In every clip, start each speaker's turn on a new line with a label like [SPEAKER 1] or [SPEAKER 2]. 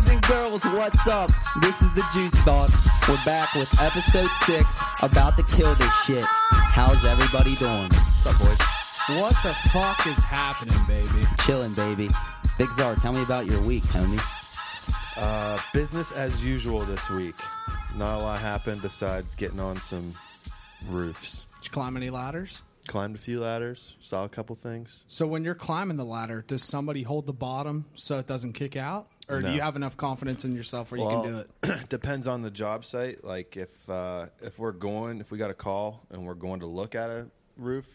[SPEAKER 1] Peoples, what's up? This is the Juice Thoughts. We're back with episode six, about to kill this shit. How's everybody doing? What's up, boys?
[SPEAKER 2] What the fuck is happening, baby?
[SPEAKER 1] Chilling, baby. Big Czar, tell me about your week, homie.
[SPEAKER 3] Uh, business as usual this week. Not a lot happened besides getting on some roofs.
[SPEAKER 2] Did you climb any ladders?
[SPEAKER 3] Climbed a few ladders, saw a couple things.
[SPEAKER 2] So when you're climbing the ladder, does somebody hold the bottom so it doesn't kick out, or
[SPEAKER 3] No.
[SPEAKER 2] do you have enough confidence in yourself where you can do it?
[SPEAKER 3] depends on the job site. Like if uh, if we're going, if we got a call and we're going to look at a roof,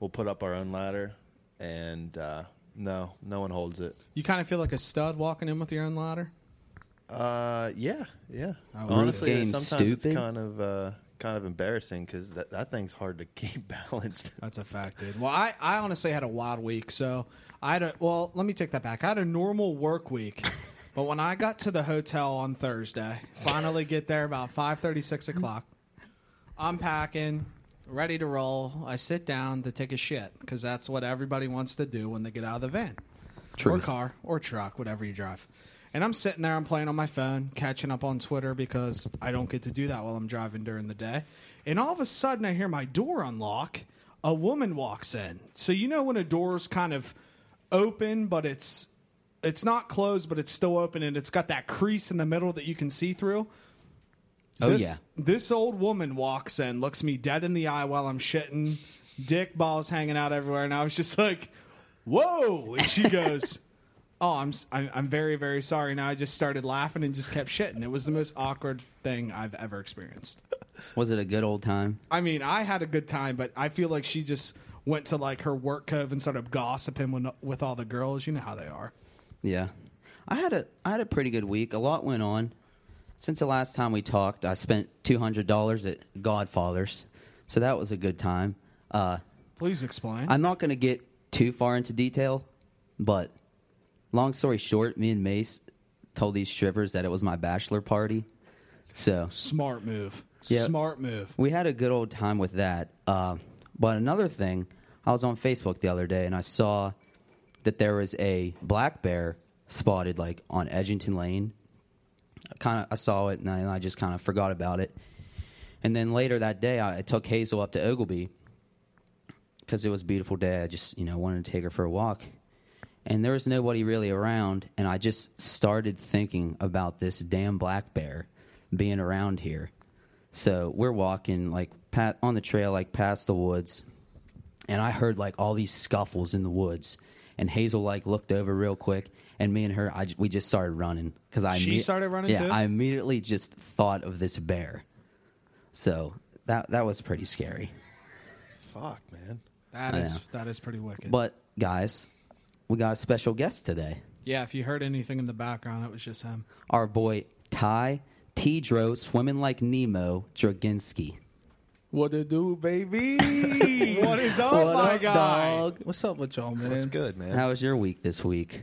[SPEAKER 3] we'll put up our own ladder. And uh, no, no one holds it.
[SPEAKER 2] You kind of feel like a stud walking in with your own ladder.
[SPEAKER 3] Uh, yeah, yeah.
[SPEAKER 2] Roof
[SPEAKER 3] Honestly,
[SPEAKER 1] game's
[SPEAKER 3] sometimes it's
[SPEAKER 1] stupid.
[SPEAKER 3] kind of uh, kind of embarrassing because that, that thing's hard to keep balanced.
[SPEAKER 2] That's a fact, dude. Well, I, I honestly had a wild week. So I had a, well, let me take that back. I had a normal work week. but when I got to the hotel on Thursday, finally get there about 5.30, 6 o'clock, I'm packing, ready to roll. I sit down to take a shit because that's what everybody wants to do when they get out of the van or
[SPEAKER 1] Truth.
[SPEAKER 2] car or truck, whatever you drive. And I'm sitting there, I'm playing on my phone, catching up on Twitter because I don't get to do that while I'm driving during the day. And all of a sudden, I hear my door unlock. A woman walks in. So you know when a door's kind of open, but it's it's not closed, but it's still open, and it's got that crease in the middle that you can see through.
[SPEAKER 1] Oh,
[SPEAKER 2] This-
[SPEAKER 1] yeah.
[SPEAKER 2] This old woman walks in, looks me dead in the eye while I'm shitting, dick balls hanging out everywhere, and I was just like, "Whoa!" And she goes, "Oh, I'm s- I'm I'm very very sorry." Now I just started laughing and just kept shitting. It was the most awkward thing I've ever experienced.
[SPEAKER 1] Was it a good old time?
[SPEAKER 2] I mean, I had a good time, but I feel like she just went to like her work cove and started gossiping with, with all the girls. You know how they are.
[SPEAKER 1] Yeah. I had a I had a pretty good week. A lot went on. Since the last time we talked, I spent two hundred dollars at Godfather's. So that was a good time. Uh
[SPEAKER 2] Please explain.
[SPEAKER 1] I'm not going to get too far into detail, but long story short, me and Mace told these strippers that it was my bachelor party. So
[SPEAKER 2] Smart move.
[SPEAKER 1] Yeah.
[SPEAKER 2] Smart move.
[SPEAKER 1] we had a good old time with that. Uh, but another thing, I was on Facebook the other day and I saw that there was a black bear spotted like on Edgington Lane. I kind of I saw it and I, and I just kind of forgot about it. And then later that day, I, I took Hazel up to Ogleby because it was a beautiful day. I just you know wanted to take her for a walk, and there was nobody really around. And I just started thinking about this damn black bear being around here. So we're walking like pat on the trail, like past the woods, and I heard like all these scuffles in the woods. And Hazel like looked over real quick, and me and her, I, j- we just started running because I
[SPEAKER 2] She started running,
[SPEAKER 1] Yeah,
[SPEAKER 2] too?
[SPEAKER 1] I immediately just thought of this bear. So that that was pretty scary.
[SPEAKER 3] Fuck, man.
[SPEAKER 2] That is that is pretty wicked.
[SPEAKER 1] But guys, we got a special guest today.
[SPEAKER 2] Yeah, if you heard anything in the background, it was just him.
[SPEAKER 1] Our boy Ty Tidro, swimming like Nemo, Draginski.
[SPEAKER 4] What it do, baby?
[SPEAKER 2] What is up, my guy?
[SPEAKER 4] What's up with y'all, man?
[SPEAKER 3] That's good, man.
[SPEAKER 1] How was your week this week?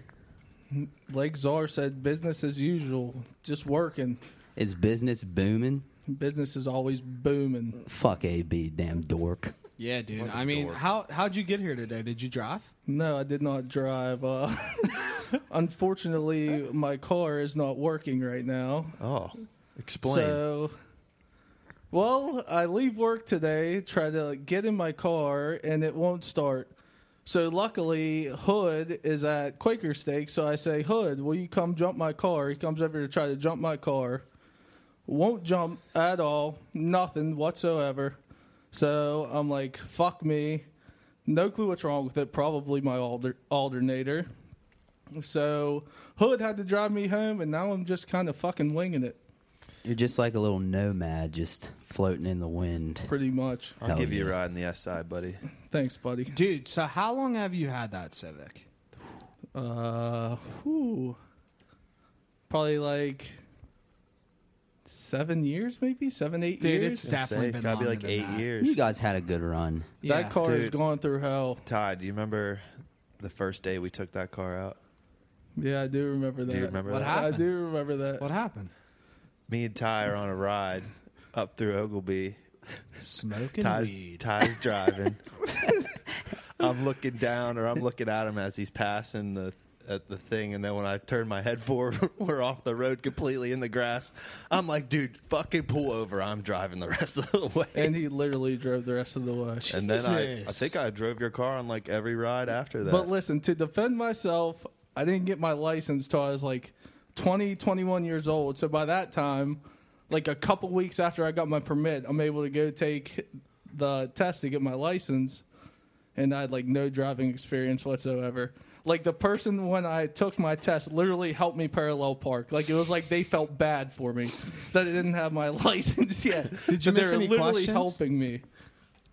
[SPEAKER 4] Like Czar said, business as usual, just working.
[SPEAKER 1] Is business booming?
[SPEAKER 4] Business is always booming.
[SPEAKER 1] Fuck AB, damn dork.
[SPEAKER 2] Yeah, dude. I mean, how how'd you get here today? Did you drive?
[SPEAKER 4] No, I did not drive. Uh, unfortunately, my car is not working right now.
[SPEAKER 3] Oh, explain.
[SPEAKER 4] So, well, I leave work today, try to get in my car, and it won't start. So, luckily, Hood is at Quaker Steak. So I say, Hood, will you come jump my car? He comes over to try to jump my car. Won't jump at all, nothing whatsoever. So I'm like, fuck me. No clue what's wrong with it. Probably my alder- alternator. So Hood had to drive me home, and now I'm just kind of fucking winging it.
[SPEAKER 1] You're just like a little nomad, just floating in the wind.
[SPEAKER 4] Pretty much.
[SPEAKER 3] I'll
[SPEAKER 1] Hell
[SPEAKER 3] give you a
[SPEAKER 1] yeah.
[SPEAKER 3] ride in the S side, buddy.
[SPEAKER 4] Thanks, buddy.
[SPEAKER 2] Dude, so how long have you had that Civic?
[SPEAKER 4] Uh, whew. probably like seven years, maybe seven, eight
[SPEAKER 2] Dude,
[SPEAKER 4] years.
[SPEAKER 2] it's definitely
[SPEAKER 3] Say,
[SPEAKER 2] been
[SPEAKER 3] gotta be
[SPEAKER 2] longer
[SPEAKER 3] like
[SPEAKER 2] than
[SPEAKER 3] eight
[SPEAKER 2] that.
[SPEAKER 3] years.
[SPEAKER 1] You guys had a good run.
[SPEAKER 2] Yeah.
[SPEAKER 4] That car has
[SPEAKER 3] Dude.
[SPEAKER 4] gone through hell.
[SPEAKER 3] Todd, do you remember the first day we took that car out?
[SPEAKER 4] Yeah, I do remember that.
[SPEAKER 3] Do you remember
[SPEAKER 2] What
[SPEAKER 3] that?
[SPEAKER 2] happened?
[SPEAKER 4] I do remember that.
[SPEAKER 2] What happened?
[SPEAKER 3] Me and Ty are on a ride up through Ogleby.
[SPEAKER 2] Smoking
[SPEAKER 3] Ty's,
[SPEAKER 2] weed.
[SPEAKER 3] Ty's driving. I'm looking down, or I'm looking at him as he's passing the at the thing, and then when I turn my head forward, we're off the road completely in the grass. I'm like, dude, fucking pull over. I'm driving the rest of the way.
[SPEAKER 4] and he literally drove the rest of the way.
[SPEAKER 3] And then I, I
[SPEAKER 2] Jesus.
[SPEAKER 3] think I drove your car on like every ride after that.
[SPEAKER 4] But listen, to defend myself, I didn't get my license till I was like 20, 21 years old. So by that time, like a couple weeks after I got my permit, I'm able to go take the test to get my license. And I had like no driving experience whatsoever. Like the person when I took my test literally helped me parallel park. Like it was like they felt bad for me that I didn't have my license yet.
[SPEAKER 2] Did you
[SPEAKER 4] But they
[SPEAKER 2] miss
[SPEAKER 4] were
[SPEAKER 2] any
[SPEAKER 4] literally
[SPEAKER 2] questions?
[SPEAKER 4] helping me?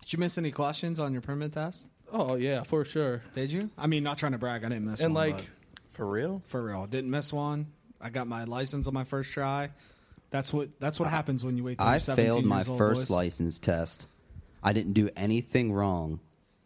[SPEAKER 2] Did you miss any questions on your permit test?
[SPEAKER 4] Oh yeah, for sure.
[SPEAKER 2] Did you? I mean, not trying to brag, I didn't miss
[SPEAKER 4] and
[SPEAKER 2] one.
[SPEAKER 4] like
[SPEAKER 2] but
[SPEAKER 3] for real?
[SPEAKER 2] for real, didn't miss one. I got my license on my first try. That's what that's what happens when you wait. Till
[SPEAKER 1] I
[SPEAKER 2] you're 17
[SPEAKER 1] failed my
[SPEAKER 2] years old,
[SPEAKER 1] first
[SPEAKER 2] boys.
[SPEAKER 1] license test. I didn't do anything wrong.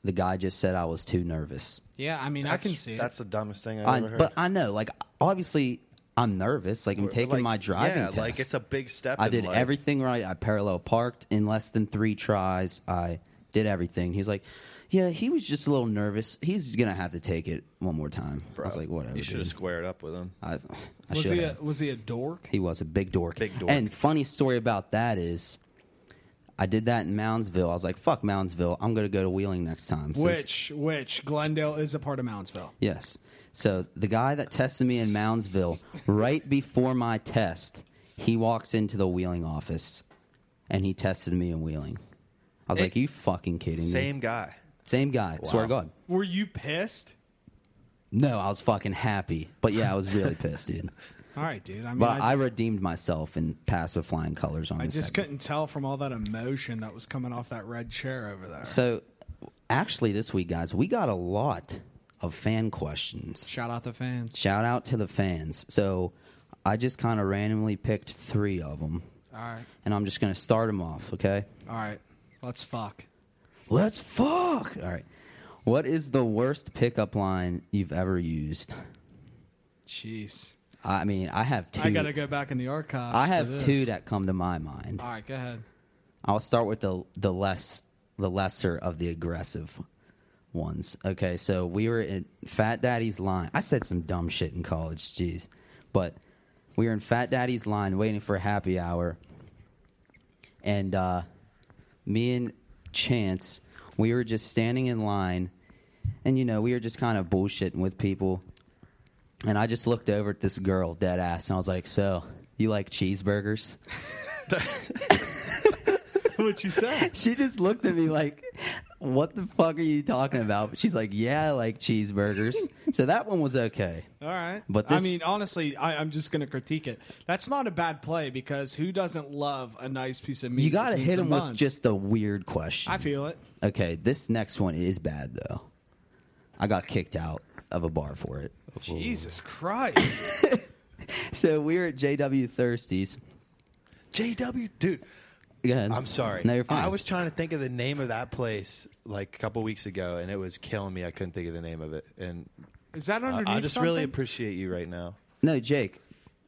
[SPEAKER 1] The guy just said I was too nervous.
[SPEAKER 2] Yeah, I mean,
[SPEAKER 3] That's-
[SPEAKER 2] I can see
[SPEAKER 3] That's
[SPEAKER 2] it.
[SPEAKER 3] the dumbest thing I've
[SPEAKER 1] I,
[SPEAKER 3] ever heard.
[SPEAKER 1] but I know, like, obviously, I'm nervous. Like, I'm taking
[SPEAKER 3] Like,
[SPEAKER 1] my driving
[SPEAKER 3] yeah,
[SPEAKER 1] test.
[SPEAKER 3] like it's a big step.
[SPEAKER 1] I
[SPEAKER 3] in
[SPEAKER 1] did
[SPEAKER 3] life.
[SPEAKER 1] everything right. I parallel parked in less than three tries. I did everything. He's like, yeah, he was just a little nervous. He's gonna have to take it one more time. I was
[SPEAKER 3] Bro,
[SPEAKER 1] like, whatever.
[SPEAKER 3] You should have
[SPEAKER 1] dude.
[SPEAKER 3] squared up with him.
[SPEAKER 1] I, I
[SPEAKER 2] was he a,
[SPEAKER 1] should've.
[SPEAKER 2] was he a dork?
[SPEAKER 1] He was a big dork.
[SPEAKER 3] Big dork.
[SPEAKER 1] And funny story about that is, I did that in Moundsville. I was like, "Fuck Moundsville, I'm gonna go to Wheeling next time." So this-
[SPEAKER 2] Which which Glendale is a part of Moundsville.
[SPEAKER 1] Yes. So the guy that tested me in Moundsville, right before my test, he walks into the Wheeling office, and he tested me in Wheeling. I was
[SPEAKER 3] It-
[SPEAKER 1] like, "You fucking kidding me?"
[SPEAKER 3] Same guy.
[SPEAKER 1] Same guy. Swear to God.
[SPEAKER 2] Were you pissed?
[SPEAKER 1] No, I was fucking happy, but yeah, I was really pissed, dude.
[SPEAKER 2] All right, dude. I mean,
[SPEAKER 1] But I,
[SPEAKER 2] I,
[SPEAKER 1] redeemed myself and passed with flying colors on
[SPEAKER 2] I
[SPEAKER 1] this.
[SPEAKER 2] just
[SPEAKER 1] segment.
[SPEAKER 2] couldn't tell from all that emotion that was coming off that red chair over there.
[SPEAKER 1] So, actually, this week, guys, we got a lot of fan questions.
[SPEAKER 2] Shout out the fans.
[SPEAKER 1] Shout out to the fans. So, I just kind of randomly picked three of them,
[SPEAKER 2] All right,
[SPEAKER 1] and I'm just going to start them off, okay?
[SPEAKER 2] all right. Let's fuck.
[SPEAKER 1] Let's fuck! All right. What is the worst pickup line you've ever used?
[SPEAKER 2] Jeez.
[SPEAKER 1] I mean, I have two.
[SPEAKER 2] I gotta go back in the archives.
[SPEAKER 1] I
[SPEAKER 2] for
[SPEAKER 1] have
[SPEAKER 2] this.
[SPEAKER 1] two that come to my mind.
[SPEAKER 2] All right, go ahead.
[SPEAKER 1] I'll start with the the less the lesser of the aggressive ones. Okay, so we were in Fat Daddy's line. I said some dumb shit in college, jeez. But we were in Fat Daddy's line waiting for happy hour. And uh me and Chance, we were just standing in line and you know, we were just kind of bullshitting with people. And I just looked over at this girl dead ass and I was like, "So, you like cheeseburgers?"
[SPEAKER 2] what you said?
[SPEAKER 1] she just looked at me like, "What the fuck are you talking about?" But she's like, "Yeah, I like cheeseburgers." So that one was okay.
[SPEAKER 2] All right,
[SPEAKER 1] But
[SPEAKER 2] I
[SPEAKER 1] this-
[SPEAKER 2] mean, honestly, I, I'm just gonna critique it. That's not a bad play because who doesn't love a nice piece of meat?
[SPEAKER 1] You got to
[SPEAKER 2] between
[SPEAKER 1] hit
[SPEAKER 2] some
[SPEAKER 1] him with
[SPEAKER 2] buns?
[SPEAKER 1] just a weird question.
[SPEAKER 2] I feel it.
[SPEAKER 1] okay, this next one is bad though. I got kicked out of a bar for it.
[SPEAKER 2] Jesus Christ!
[SPEAKER 1] So we were at JW Thirsty's.
[SPEAKER 3] JW, dude.
[SPEAKER 1] Go ahead.
[SPEAKER 3] I'm sorry.
[SPEAKER 1] No, you're fine.
[SPEAKER 3] I was trying to think of the name of that place like a couple weeks ago, and it was killing me. I couldn't think of the name of it, and
[SPEAKER 2] Is that
[SPEAKER 3] I,
[SPEAKER 2] underneath?
[SPEAKER 3] I just really
[SPEAKER 2] something?
[SPEAKER 3] appreciate you right now.
[SPEAKER 1] no Jake.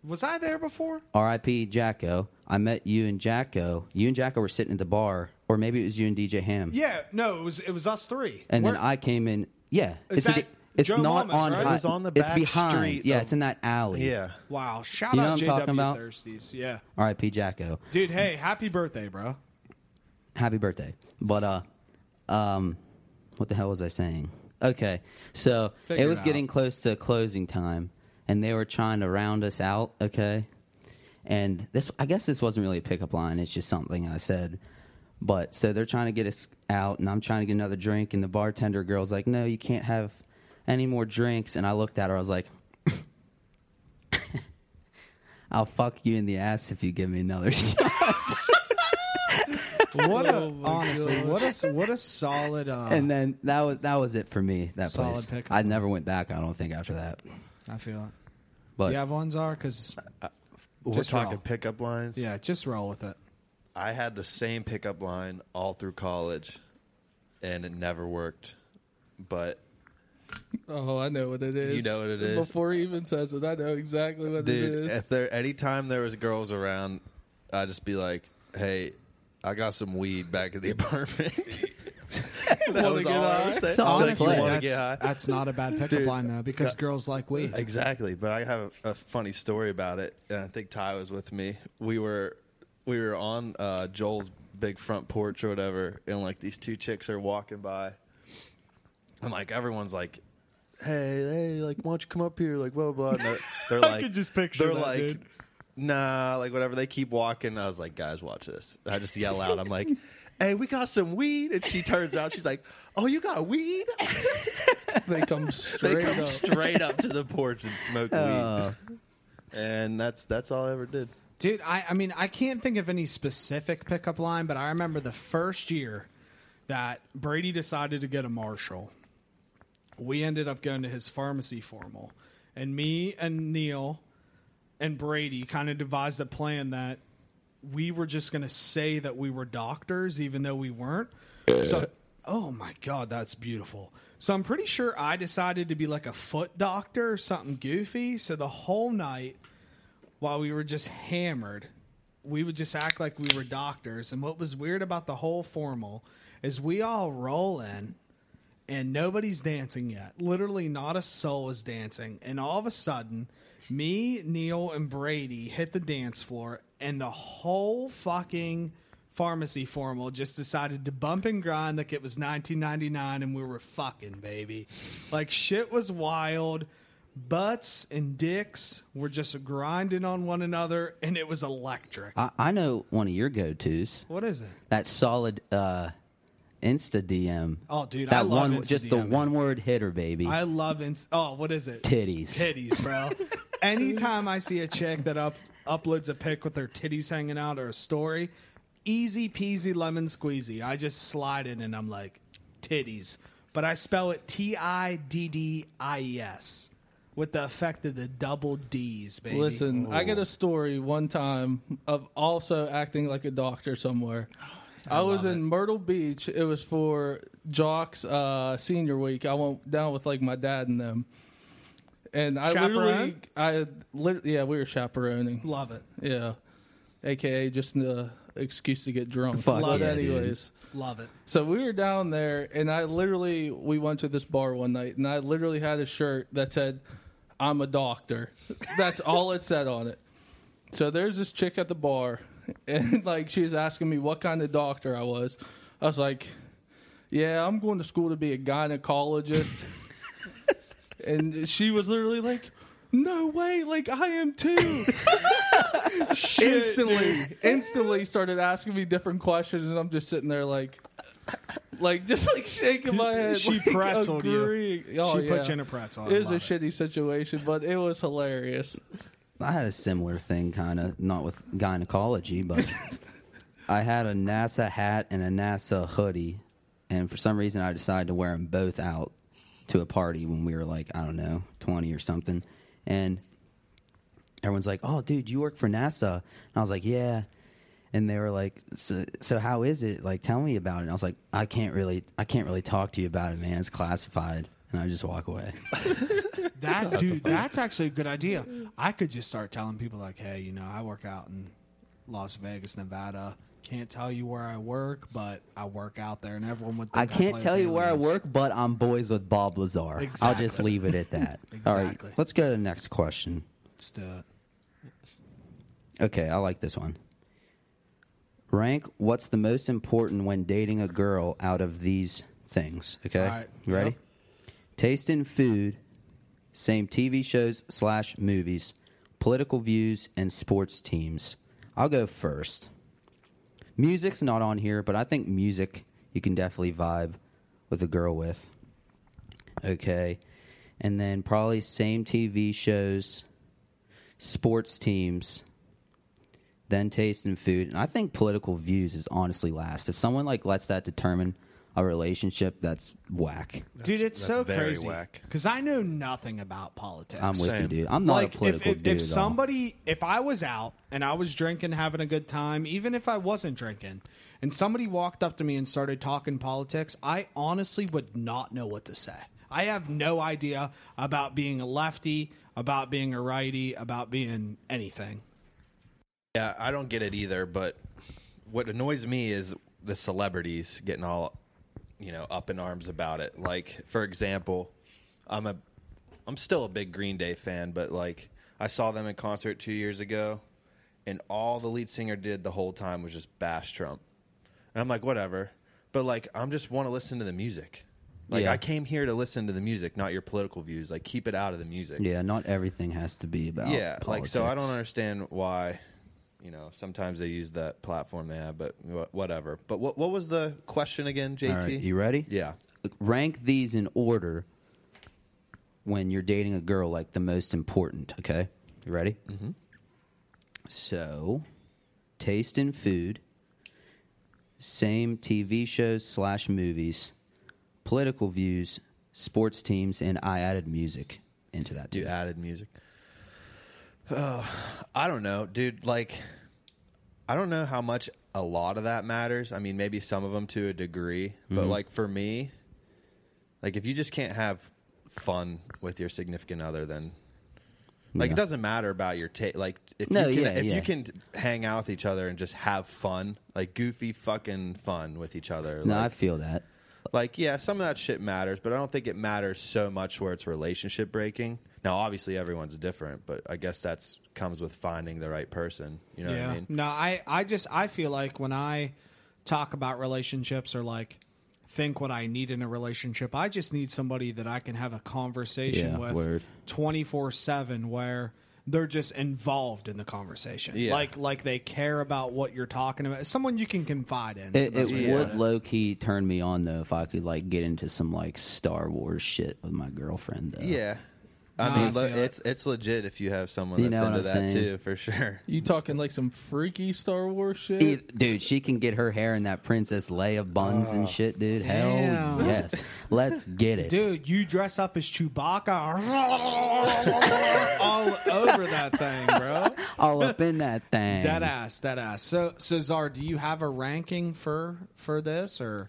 [SPEAKER 2] Was I there before?
[SPEAKER 1] R.I.P. Jacko. I met you and Jacko. You and Jacko were sitting at the bar, or maybe it was you and DJ Ham.
[SPEAKER 2] Yeah, no, it was it was us three.
[SPEAKER 1] and
[SPEAKER 2] We're-
[SPEAKER 1] then I came in. Yeah,
[SPEAKER 2] Is
[SPEAKER 1] it's at
[SPEAKER 2] that
[SPEAKER 1] the- it's
[SPEAKER 2] Joe
[SPEAKER 1] not
[SPEAKER 2] Mama's,
[SPEAKER 1] on.
[SPEAKER 2] right?
[SPEAKER 1] high-
[SPEAKER 3] It was on the
[SPEAKER 1] it's
[SPEAKER 3] back
[SPEAKER 1] behind.
[SPEAKER 3] street
[SPEAKER 1] yeah,
[SPEAKER 3] of-
[SPEAKER 1] it's in that alley.
[SPEAKER 3] Yeah,
[SPEAKER 2] wow, shout
[SPEAKER 1] You know
[SPEAKER 2] out
[SPEAKER 1] what I'm talking
[SPEAKER 2] JW
[SPEAKER 1] about?
[SPEAKER 2] Thirsties. Yeah,
[SPEAKER 1] R.I.P. Jacko.
[SPEAKER 2] dude. Hey, happy birthday, bro.
[SPEAKER 1] Happy birthday. But uh, um, what the hell was I saying? Okay, so
[SPEAKER 2] Figure
[SPEAKER 1] it was
[SPEAKER 2] it out.
[SPEAKER 1] getting close to closing time, and they were trying to round us out. Okay, and this I guess this wasn't really a pickup line. It's just something I said. But so they're trying to get us out, and I'm trying to get another drink, and the bartender girl's like, "No, you can't have any more drinks." And I looked at her. I was like. I'll fuck you in the ass if you give me another shot.
[SPEAKER 2] What a
[SPEAKER 4] Oh my
[SPEAKER 2] honestly, what a what a solid. Uh,
[SPEAKER 1] and then that was that was it for me. That
[SPEAKER 2] Solid
[SPEAKER 1] place.
[SPEAKER 2] pickup.
[SPEAKER 1] I never went back. I don't think after that.
[SPEAKER 2] I feel it.
[SPEAKER 1] But
[SPEAKER 2] you have ones are because
[SPEAKER 3] we're
[SPEAKER 2] Just
[SPEAKER 3] talking
[SPEAKER 2] roll.
[SPEAKER 3] pickup lines.
[SPEAKER 2] yeah, just roll with it.
[SPEAKER 3] I had the same pickup line all through college, and it never worked. But
[SPEAKER 4] Oh, I know what it is.
[SPEAKER 3] You know what it is.
[SPEAKER 4] Before he even says it, I know exactly what it
[SPEAKER 3] dude,
[SPEAKER 4] is.
[SPEAKER 3] if there anytime there was girls around, I'd just be like, "Hey, I got some weed back at the apartment." that was all I was saying.
[SPEAKER 1] So
[SPEAKER 3] Like, you
[SPEAKER 1] honestly,
[SPEAKER 3] wanna
[SPEAKER 2] that's,
[SPEAKER 3] get high?
[SPEAKER 2] that's not a bad pickup
[SPEAKER 3] Dude,
[SPEAKER 2] line though, because girls like weed.
[SPEAKER 3] Exactly, but I have a funny story about it, and I think Ty was with me. We were we were on uh, Joel's big front porch or whatever, and like these two chicks are walking by, and like everyone's like, "Hey, hey, like, why don't you come up here?" Like, blah blah. blah. And they're, they're
[SPEAKER 4] I
[SPEAKER 3] like,
[SPEAKER 4] could just picture
[SPEAKER 3] they're
[SPEAKER 4] that,
[SPEAKER 3] like,
[SPEAKER 4] dude.
[SPEAKER 3] nah, like whatever. They keep walking. I was like, guys, watch this. And I just yell out. I'm like. Hey, we got some weed, and she turns out she's like, "Oh, you got weed?"
[SPEAKER 4] They come
[SPEAKER 3] eh, They
[SPEAKER 4] straight
[SPEAKER 3] come
[SPEAKER 4] up. Oh.
[SPEAKER 3] straight up to the porch and smoke weed
[SPEAKER 1] Uh,
[SPEAKER 3] and that's that's all I ever did.
[SPEAKER 2] Dude, I, I mean, I can't think of any specific pickup line, but I remember the first year that Brady decided to get a Marshall. We ended up going to his pharmacy formal, and me and Neil and Brady kind of devised a plan that we were just going to say that we were doctors, even though we weren't. So, oh my God, that's beautiful. So, I'm pretty sure I decided to be like a foot doctor or something goofy. So, the whole night, while we were just hammered, we would just act like we were doctors. And what was weird about the whole formal is we all roll in and nobody's dancing yet. Literally, not a soul is dancing. And all of a sudden, me, Neil, and Brady hit the dance floor, and the whole fucking pharmacy formal just decided to bump and grind like it was 1999 and we were fucking, baby. Like, shit was wild. Butts and dicks were just grinding on one another, and it was electric.
[SPEAKER 1] I, I know one of your go tos.
[SPEAKER 2] what is it?
[SPEAKER 1] That solid uh, Insta DM.
[SPEAKER 2] Oh, dude,
[SPEAKER 1] that
[SPEAKER 2] I love
[SPEAKER 1] one,
[SPEAKER 2] Insta
[SPEAKER 1] just the
[SPEAKER 2] DM.
[SPEAKER 1] one word hitter, baby.
[SPEAKER 2] I love ins- oh, what is it?
[SPEAKER 1] Titties.
[SPEAKER 2] Titties, bro. Anytime I see a chick that up uploads a pic with her titties hanging out or a story, easy peasy lemon squeezy. I just slide in and I'm like, titties. But I spell it T I D D I E S with the effect of the double D's, baby.
[SPEAKER 4] Listen, I
[SPEAKER 3] Oh.
[SPEAKER 4] got a story one time of also acting like a doctor somewhere. I, was in Myrtle Beach. It was for Jock's uh, senior week. I went down with like my dad and them, and I literally,
[SPEAKER 2] Chaperone?
[SPEAKER 4] I lit yeah, we were chaperoning.
[SPEAKER 2] love it.
[SPEAKER 4] Yeah, aka just an uh, excuse to get drunk.
[SPEAKER 1] Fuck
[SPEAKER 4] but
[SPEAKER 1] yeah, dude.
[SPEAKER 4] anyways.
[SPEAKER 2] Love it.
[SPEAKER 4] So we were down there, and I literally we went to this bar one night, and I literally had a shirt that said, "I'm a doctor." That's all it said on it. So there's this chick at the bar, and like she was asking me what kind of doctor I was. I was like, "Yeah, I'm going to school to be a gynecologist." and she was literally like. No way! Like I am too. instantly, instantly started asking me different questions, and I'm just sitting there like, like just like shaking my head.
[SPEAKER 2] She
[SPEAKER 4] like,
[SPEAKER 2] pretzeled you.
[SPEAKER 4] agreeing. Oh,
[SPEAKER 2] she put
[SPEAKER 4] yeah.
[SPEAKER 2] you in a pretzel. I
[SPEAKER 4] It was
[SPEAKER 2] love
[SPEAKER 4] a shitty situation, but it was hilarious.
[SPEAKER 1] I had a similar thing, kind of not with gynecology, but I had a NASA hat and a NASA hoodie, and for some reason I decided to wear them both out to a party when we were like I don't know twenty or something, and everyone's like, "Oh, dude, you work for NASA," and I was like, "Yeah." And they were like, so, "So how is it? Like, tell me about it." And I was like, "I can't really, I can't really talk to you about it, man. It's classified." And I just walk away.
[SPEAKER 2] That dude, that's actually a good idea. I could just start telling people like, "Hey, you know, I work out in Las Vegas, Nevada. Can't tell you where I work, but I work out there." And everyone would. Think
[SPEAKER 1] I can't
[SPEAKER 2] play
[SPEAKER 1] tell
[SPEAKER 2] with
[SPEAKER 1] you where I
[SPEAKER 2] aliens."
[SPEAKER 1] work, but I'm boys with Bob Lazar. I'll just
[SPEAKER 2] Exactly.
[SPEAKER 1] leave it at that. All right,
[SPEAKER 2] Exactly.
[SPEAKER 1] let's go to the next question.
[SPEAKER 2] Let's do it.
[SPEAKER 1] Okay, I like this one. Rank what's the most important when dating a girl out of these things. Okay,
[SPEAKER 2] All right.
[SPEAKER 1] you ready?
[SPEAKER 2] Yep.
[SPEAKER 1] Taste in food, same TV shows slash movies, political views, and sports teams. I'll go first. Music's not on here, but I think music you can definitely vibe with a girl with. Okay. And then probably same TV shows, sports teams, then taste in food. And I think political views is honestly last. If someone like lets that determine a relationship, that's whack.
[SPEAKER 2] dude, it's so
[SPEAKER 3] that's very
[SPEAKER 2] crazy
[SPEAKER 3] whack.
[SPEAKER 2] because I know nothing about politics.
[SPEAKER 1] I'm with you,
[SPEAKER 3] Same.
[SPEAKER 1] dude. I'm not
[SPEAKER 2] like
[SPEAKER 1] a political
[SPEAKER 2] if, if,
[SPEAKER 1] dude.
[SPEAKER 2] if
[SPEAKER 1] at all.
[SPEAKER 2] somebody if i was out and i was drinking having a good time even if i wasn't drinking and somebody walked up to me and started talking politics i honestly would not know what to say i have no idea about being a lefty about being a righty about being anything
[SPEAKER 3] Yeah, I don't get it either. But what annoys me is the celebrities getting all you know up in arms about it. Like for example, I'm a I'm still a big Green Day fan, but like I saw them in concert two years ago, and all the lead singer did the whole time was just bash Trump, and I'm like whatever, but like I'm just want to listen to the music. Like
[SPEAKER 1] Yeah.
[SPEAKER 3] I came here to listen to the music, not your political views. Like keep it out of the music.
[SPEAKER 1] Yeah, not everything has to be about.
[SPEAKER 3] yeah like so i don't
[SPEAKER 1] politics.
[SPEAKER 3] understand why you know sometimes they use that platform they have but wha- whatever but what what was the question again jt
[SPEAKER 1] All right, you ready?
[SPEAKER 3] yeah
[SPEAKER 1] Rank these in order when you're dating a girl, like the most important. Okay, you ready? Mm-hmm. So, taste in food, same TV shows slash movies, political views, sports teams, and I added music into that too.
[SPEAKER 3] do added music oh i don't know dude like i don't know how much a lot of that matters i mean maybe some of them to a degree
[SPEAKER 1] Mm-hmm.
[SPEAKER 3] but like for me like if you just can't have fun with your significant other then Like
[SPEAKER 1] Yeah.
[SPEAKER 3] it doesn't matter about your taste. Like if
[SPEAKER 1] No,
[SPEAKER 3] you can,
[SPEAKER 1] yeah,
[SPEAKER 3] if
[SPEAKER 1] yeah.
[SPEAKER 3] you can hang out with each other and just have fun, like goofy fucking fun with each other.
[SPEAKER 1] No, I
[SPEAKER 3] like,
[SPEAKER 1] feel that.
[SPEAKER 3] like, yeah, some of that shit matters, but I don't think it matters so much where it's relationship breaking. Now, obviously, everyone's different, but I guess that's comes with finding the right person. You know
[SPEAKER 2] yeah.
[SPEAKER 3] what I mean?
[SPEAKER 2] No, I, I just I feel like when I talk about relationships or like think what I need in a relationship, I just need somebody that I can have a conversation
[SPEAKER 1] Yeah, word.
[SPEAKER 2] with twenty four seven where they're just involved in the conversation.
[SPEAKER 3] Yeah.
[SPEAKER 2] Like like they care about what you're talking about. Someone you can confide in.
[SPEAKER 1] It, it
[SPEAKER 2] That's-
[SPEAKER 3] Yeah.
[SPEAKER 1] would low key turn me on though if I could like get into some like Star Wars shit with my girlfriend though.
[SPEAKER 3] Yeah, I
[SPEAKER 2] No, I
[SPEAKER 3] mean,
[SPEAKER 2] feel
[SPEAKER 3] lo-
[SPEAKER 2] it.
[SPEAKER 3] it's it's legit if you have someone
[SPEAKER 1] You
[SPEAKER 3] that's
[SPEAKER 1] know
[SPEAKER 3] into
[SPEAKER 1] what I'm
[SPEAKER 3] that
[SPEAKER 1] saying?
[SPEAKER 3] too, for sure.
[SPEAKER 4] You talking like some freaky Star Wars shit?
[SPEAKER 1] It- dude, she can get her hair in that Princess Leia buns and shit, dude.
[SPEAKER 2] Oh. Damn.
[SPEAKER 1] Hell yes, let's get it.
[SPEAKER 2] Dude, you dress up as Chewbacca all over that thing, bro.
[SPEAKER 1] All up in that thing.
[SPEAKER 2] That ass, that ass. So, so Czar, do you have a ranking for for this or?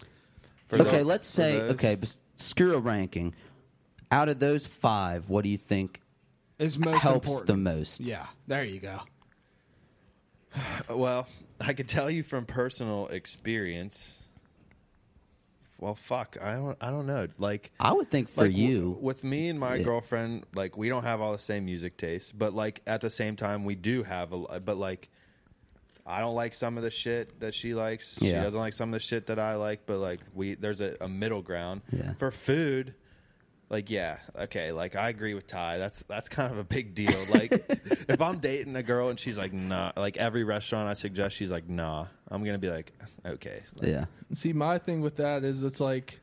[SPEAKER 3] For
[SPEAKER 1] okay,
[SPEAKER 3] tho-
[SPEAKER 1] let's
[SPEAKER 3] for
[SPEAKER 1] say
[SPEAKER 3] those.
[SPEAKER 1] okay, but screw a ranking. Out of those five, what do you think
[SPEAKER 2] is most
[SPEAKER 1] helps
[SPEAKER 2] important.
[SPEAKER 1] the most?
[SPEAKER 2] Yeah, there you go.
[SPEAKER 3] Well, I could tell you from personal experience. Well, fuck, I don't, I don't know. Like
[SPEAKER 1] I would think for
[SPEAKER 3] like, w-
[SPEAKER 1] you,
[SPEAKER 3] with me and my
[SPEAKER 1] Yeah.
[SPEAKER 3] girlfriend, like we don't have all the same music tastes, but like at the same time, we do have a. l- But like, I don't like some of the shit that she likes. She
[SPEAKER 1] Yeah.
[SPEAKER 3] doesn't like some of the shit that I like. But like, we there's a, a middle ground
[SPEAKER 1] Yeah.
[SPEAKER 3] for food. Like yeah, okay. Like I agree with Ty. That's that's kind of a big deal. Like if I'm dating a girl and she's like nah, like every restaurant I suggest she's like nah, I'm gonna be like okay,
[SPEAKER 1] yeah,
[SPEAKER 4] See, my thing with that is it's like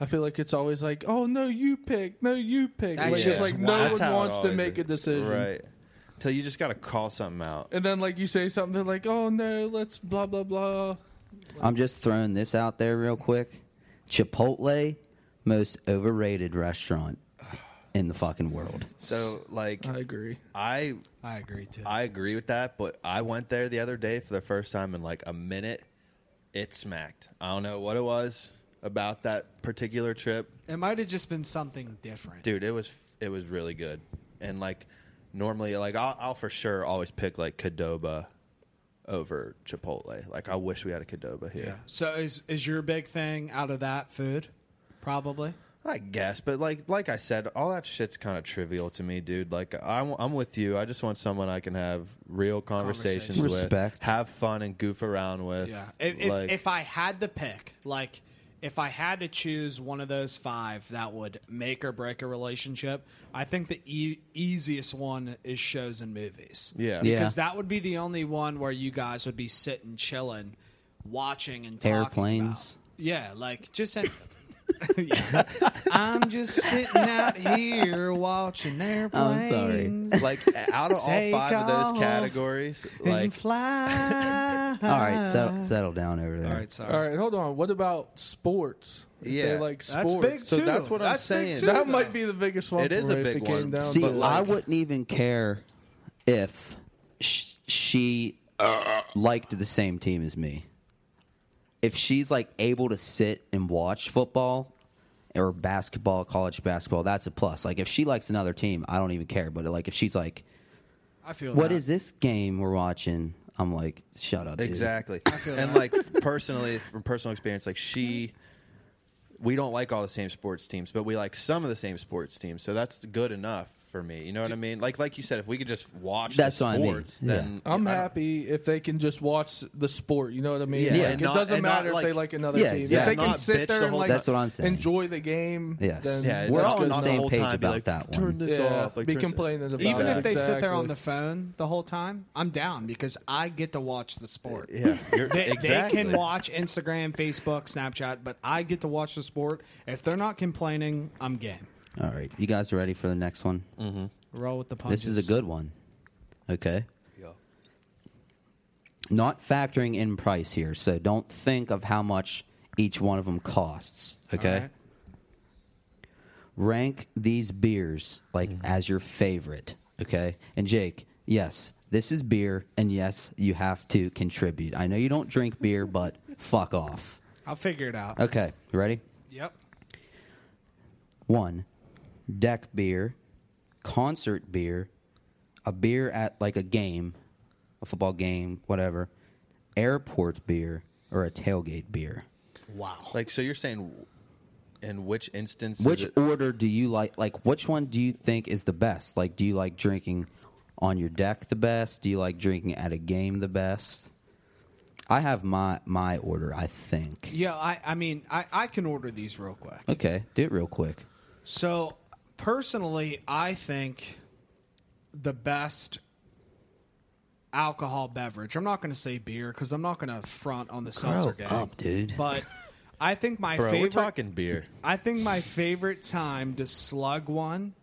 [SPEAKER 4] I feel like it's always like, oh no, you pick, no, you pick.
[SPEAKER 2] That
[SPEAKER 4] like,
[SPEAKER 2] shit's
[SPEAKER 4] it's like
[SPEAKER 2] wild.
[SPEAKER 4] no
[SPEAKER 3] That's how
[SPEAKER 4] one
[SPEAKER 3] it
[SPEAKER 4] wants to
[SPEAKER 3] always
[SPEAKER 4] make
[SPEAKER 3] is.
[SPEAKER 4] a decision,
[SPEAKER 3] right? Till you just gotta call something out.
[SPEAKER 4] And then like you say something, they're like, oh no, let's blah blah blah.
[SPEAKER 1] I'm just throwing this out there real quick. Chipotle, most overrated restaurant in the fucking world.
[SPEAKER 3] So like
[SPEAKER 4] I agree.
[SPEAKER 3] I
[SPEAKER 2] I agree too.
[SPEAKER 3] I agree with that, but I went there the other day for the first time in like a minute. It smacked. I don't know what it was about that particular trip.
[SPEAKER 2] it might have just been something different.
[SPEAKER 3] Dude, it was it was really good. And like normally like I'll, I'll for sure always pick like Cadoba over Chipotle. Like I wish we had a Cadoba here.
[SPEAKER 2] Yeah. So is is your big thing out of that food? Probably.
[SPEAKER 3] I guess, but like like I said, all that shit's kind of trivial to me, dude. Like I'm I'm with you. I just want someone I can have real conversations
[SPEAKER 2] Conversation.
[SPEAKER 3] with,
[SPEAKER 1] Respect.
[SPEAKER 3] have fun and goof around with.
[SPEAKER 2] Yeah. If, if,
[SPEAKER 3] Like-
[SPEAKER 2] if I had to pick, like, if I had to choose one of those five that would make or break a relationship, I think the e- easiest one is shows and movies.
[SPEAKER 3] Yeah. Yeah.
[SPEAKER 2] Because that would be the only one where you guys would be sitting, chilling, watching, and talking.
[SPEAKER 1] Airplanes.
[SPEAKER 2] about- Yeah. Like, just. an- Yeah. I'm just sitting out here watching airplanes.
[SPEAKER 1] sorry.
[SPEAKER 3] like out of all
[SPEAKER 2] Take
[SPEAKER 3] five of
[SPEAKER 2] off
[SPEAKER 3] those categories,
[SPEAKER 2] and
[SPEAKER 3] like
[SPEAKER 2] fly.
[SPEAKER 1] All right, settle, settle down over there.
[SPEAKER 2] Ah. All right, sorry.
[SPEAKER 4] All right, hold on. What about sports? If they
[SPEAKER 3] Yeah.
[SPEAKER 4] like
[SPEAKER 2] That's
[SPEAKER 4] sports.
[SPEAKER 2] big
[SPEAKER 3] So
[SPEAKER 2] too.
[SPEAKER 3] that's what I'm
[SPEAKER 2] big,
[SPEAKER 3] saying.
[SPEAKER 2] too,
[SPEAKER 4] that
[SPEAKER 2] though.
[SPEAKER 4] might be the biggest one.
[SPEAKER 3] It is
[SPEAKER 4] for
[SPEAKER 3] a
[SPEAKER 4] me if
[SPEAKER 3] big
[SPEAKER 4] it came
[SPEAKER 3] one.
[SPEAKER 4] down
[SPEAKER 1] See,
[SPEAKER 4] to, like,
[SPEAKER 1] I wouldn't even care if sh- she liked the same team as me. If she's like able to sit and watch football or basketball, college basketball, that's a plus. Like if she likes another team, I don't even care. But like if she's like,
[SPEAKER 2] I feel
[SPEAKER 1] "What
[SPEAKER 2] that.
[SPEAKER 1] is this game we're watching?" I'm like, "Shut up." dude."
[SPEAKER 3] exactly.
[SPEAKER 2] feel
[SPEAKER 3] And
[SPEAKER 2] that.
[SPEAKER 3] like personally, from personal experience, like she we don't like all the same sports teams, but we like some of the same sports teams. So that's good enough for me. You know what I mean? Like like you said, if we could just watch
[SPEAKER 1] That's
[SPEAKER 3] the
[SPEAKER 1] what I mean.
[SPEAKER 3] sports,
[SPEAKER 1] Yeah.
[SPEAKER 3] then
[SPEAKER 4] I'm
[SPEAKER 3] I don't-
[SPEAKER 4] happy if they can just watch the sport. You know what I mean?
[SPEAKER 3] Yeah,
[SPEAKER 4] Like,
[SPEAKER 3] and
[SPEAKER 4] it
[SPEAKER 3] not-
[SPEAKER 4] doesn't
[SPEAKER 3] and not,
[SPEAKER 4] matter if they
[SPEAKER 3] like-
[SPEAKER 4] like another
[SPEAKER 1] Yeah,
[SPEAKER 4] team. If
[SPEAKER 1] exactly.
[SPEAKER 4] they can
[SPEAKER 3] Not
[SPEAKER 4] sit
[SPEAKER 3] bitch
[SPEAKER 4] there
[SPEAKER 3] the
[SPEAKER 4] and
[SPEAKER 3] whole
[SPEAKER 4] like
[SPEAKER 3] time.
[SPEAKER 1] That's what I'm saying.
[SPEAKER 4] enjoy the game,
[SPEAKER 1] Yes.
[SPEAKER 4] then
[SPEAKER 3] Yeah,
[SPEAKER 1] We're
[SPEAKER 3] that's
[SPEAKER 1] all on
[SPEAKER 3] good
[SPEAKER 1] the
[SPEAKER 3] enough.
[SPEAKER 1] same
[SPEAKER 3] whole
[SPEAKER 1] page
[SPEAKER 3] time, be
[SPEAKER 1] about
[SPEAKER 3] like,
[SPEAKER 1] that one.
[SPEAKER 3] Turn this
[SPEAKER 4] Yeah,
[SPEAKER 3] off. Like
[SPEAKER 4] be
[SPEAKER 3] turn this-
[SPEAKER 4] complaining about
[SPEAKER 2] Even
[SPEAKER 4] Yeah,
[SPEAKER 2] if they sit there
[SPEAKER 4] exactly.
[SPEAKER 2] on the phone the whole time, I'm down because I get to watch the sport.
[SPEAKER 3] Yeah, you're-
[SPEAKER 2] They, they
[SPEAKER 3] exactly.
[SPEAKER 2] can watch Instagram, Facebook, Snapchat, but I get to watch the sport. If they're not complaining, I'm game.
[SPEAKER 1] All right, you guys ready for the next one?
[SPEAKER 2] Roll with the punches.
[SPEAKER 1] This is a good one. Okay.
[SPEAKER 3] Yeah.
[SPEAKER 1] Not factoring in price here, so don't think of how much each one of them costs. Okay.
[SPEAKER 2] right.
[SPEAKER 1] Rank these beers like as your favorite. Okay. And Jake, yes, this is beer, and yes, you have to contribute. I know you don't drink beer, but fuck off.
[SPEAKER 2] I'll figure it out.
[SPEAKER 1] Okay. You ready?
[SPEAKER 2] Yep.
[SPEAKER 1] One, deck beer, concert beer, a beer at like a game, a football game, whatever, airport beer, or a tailgate beer.
[SPEAKER 2] Wow.
[SPEAKER 3] Like so, you're saying, in which instance? is
[SPEAKER 1] Which
[SPEAKER 3] it-
[SPEAKER 1] order do you like? Like, which one do you think is the best? Like, do you like drinking on your deck the best? Do you like drinking at a game the best? I have my my order. I think.
[SPEAKER 2] Yeah, I, I mean, I, I can order these real quick.
[SPEAKER 1] Okay, do it real quick.
[SPEAKER 2] So, personally, I think the best alcohol beverage. I'm not going to say beer because I'm not going to front on the seltzer game,
[SPEAKER 1] up, dude.
[SPEAKER 2] But I think my
[SPEAKER 3] bro,
[SPEAKER 2] favorite.
[SPEAKER 3] we're talking beer.
[SPEAKER 2] I think my favorite time to slug one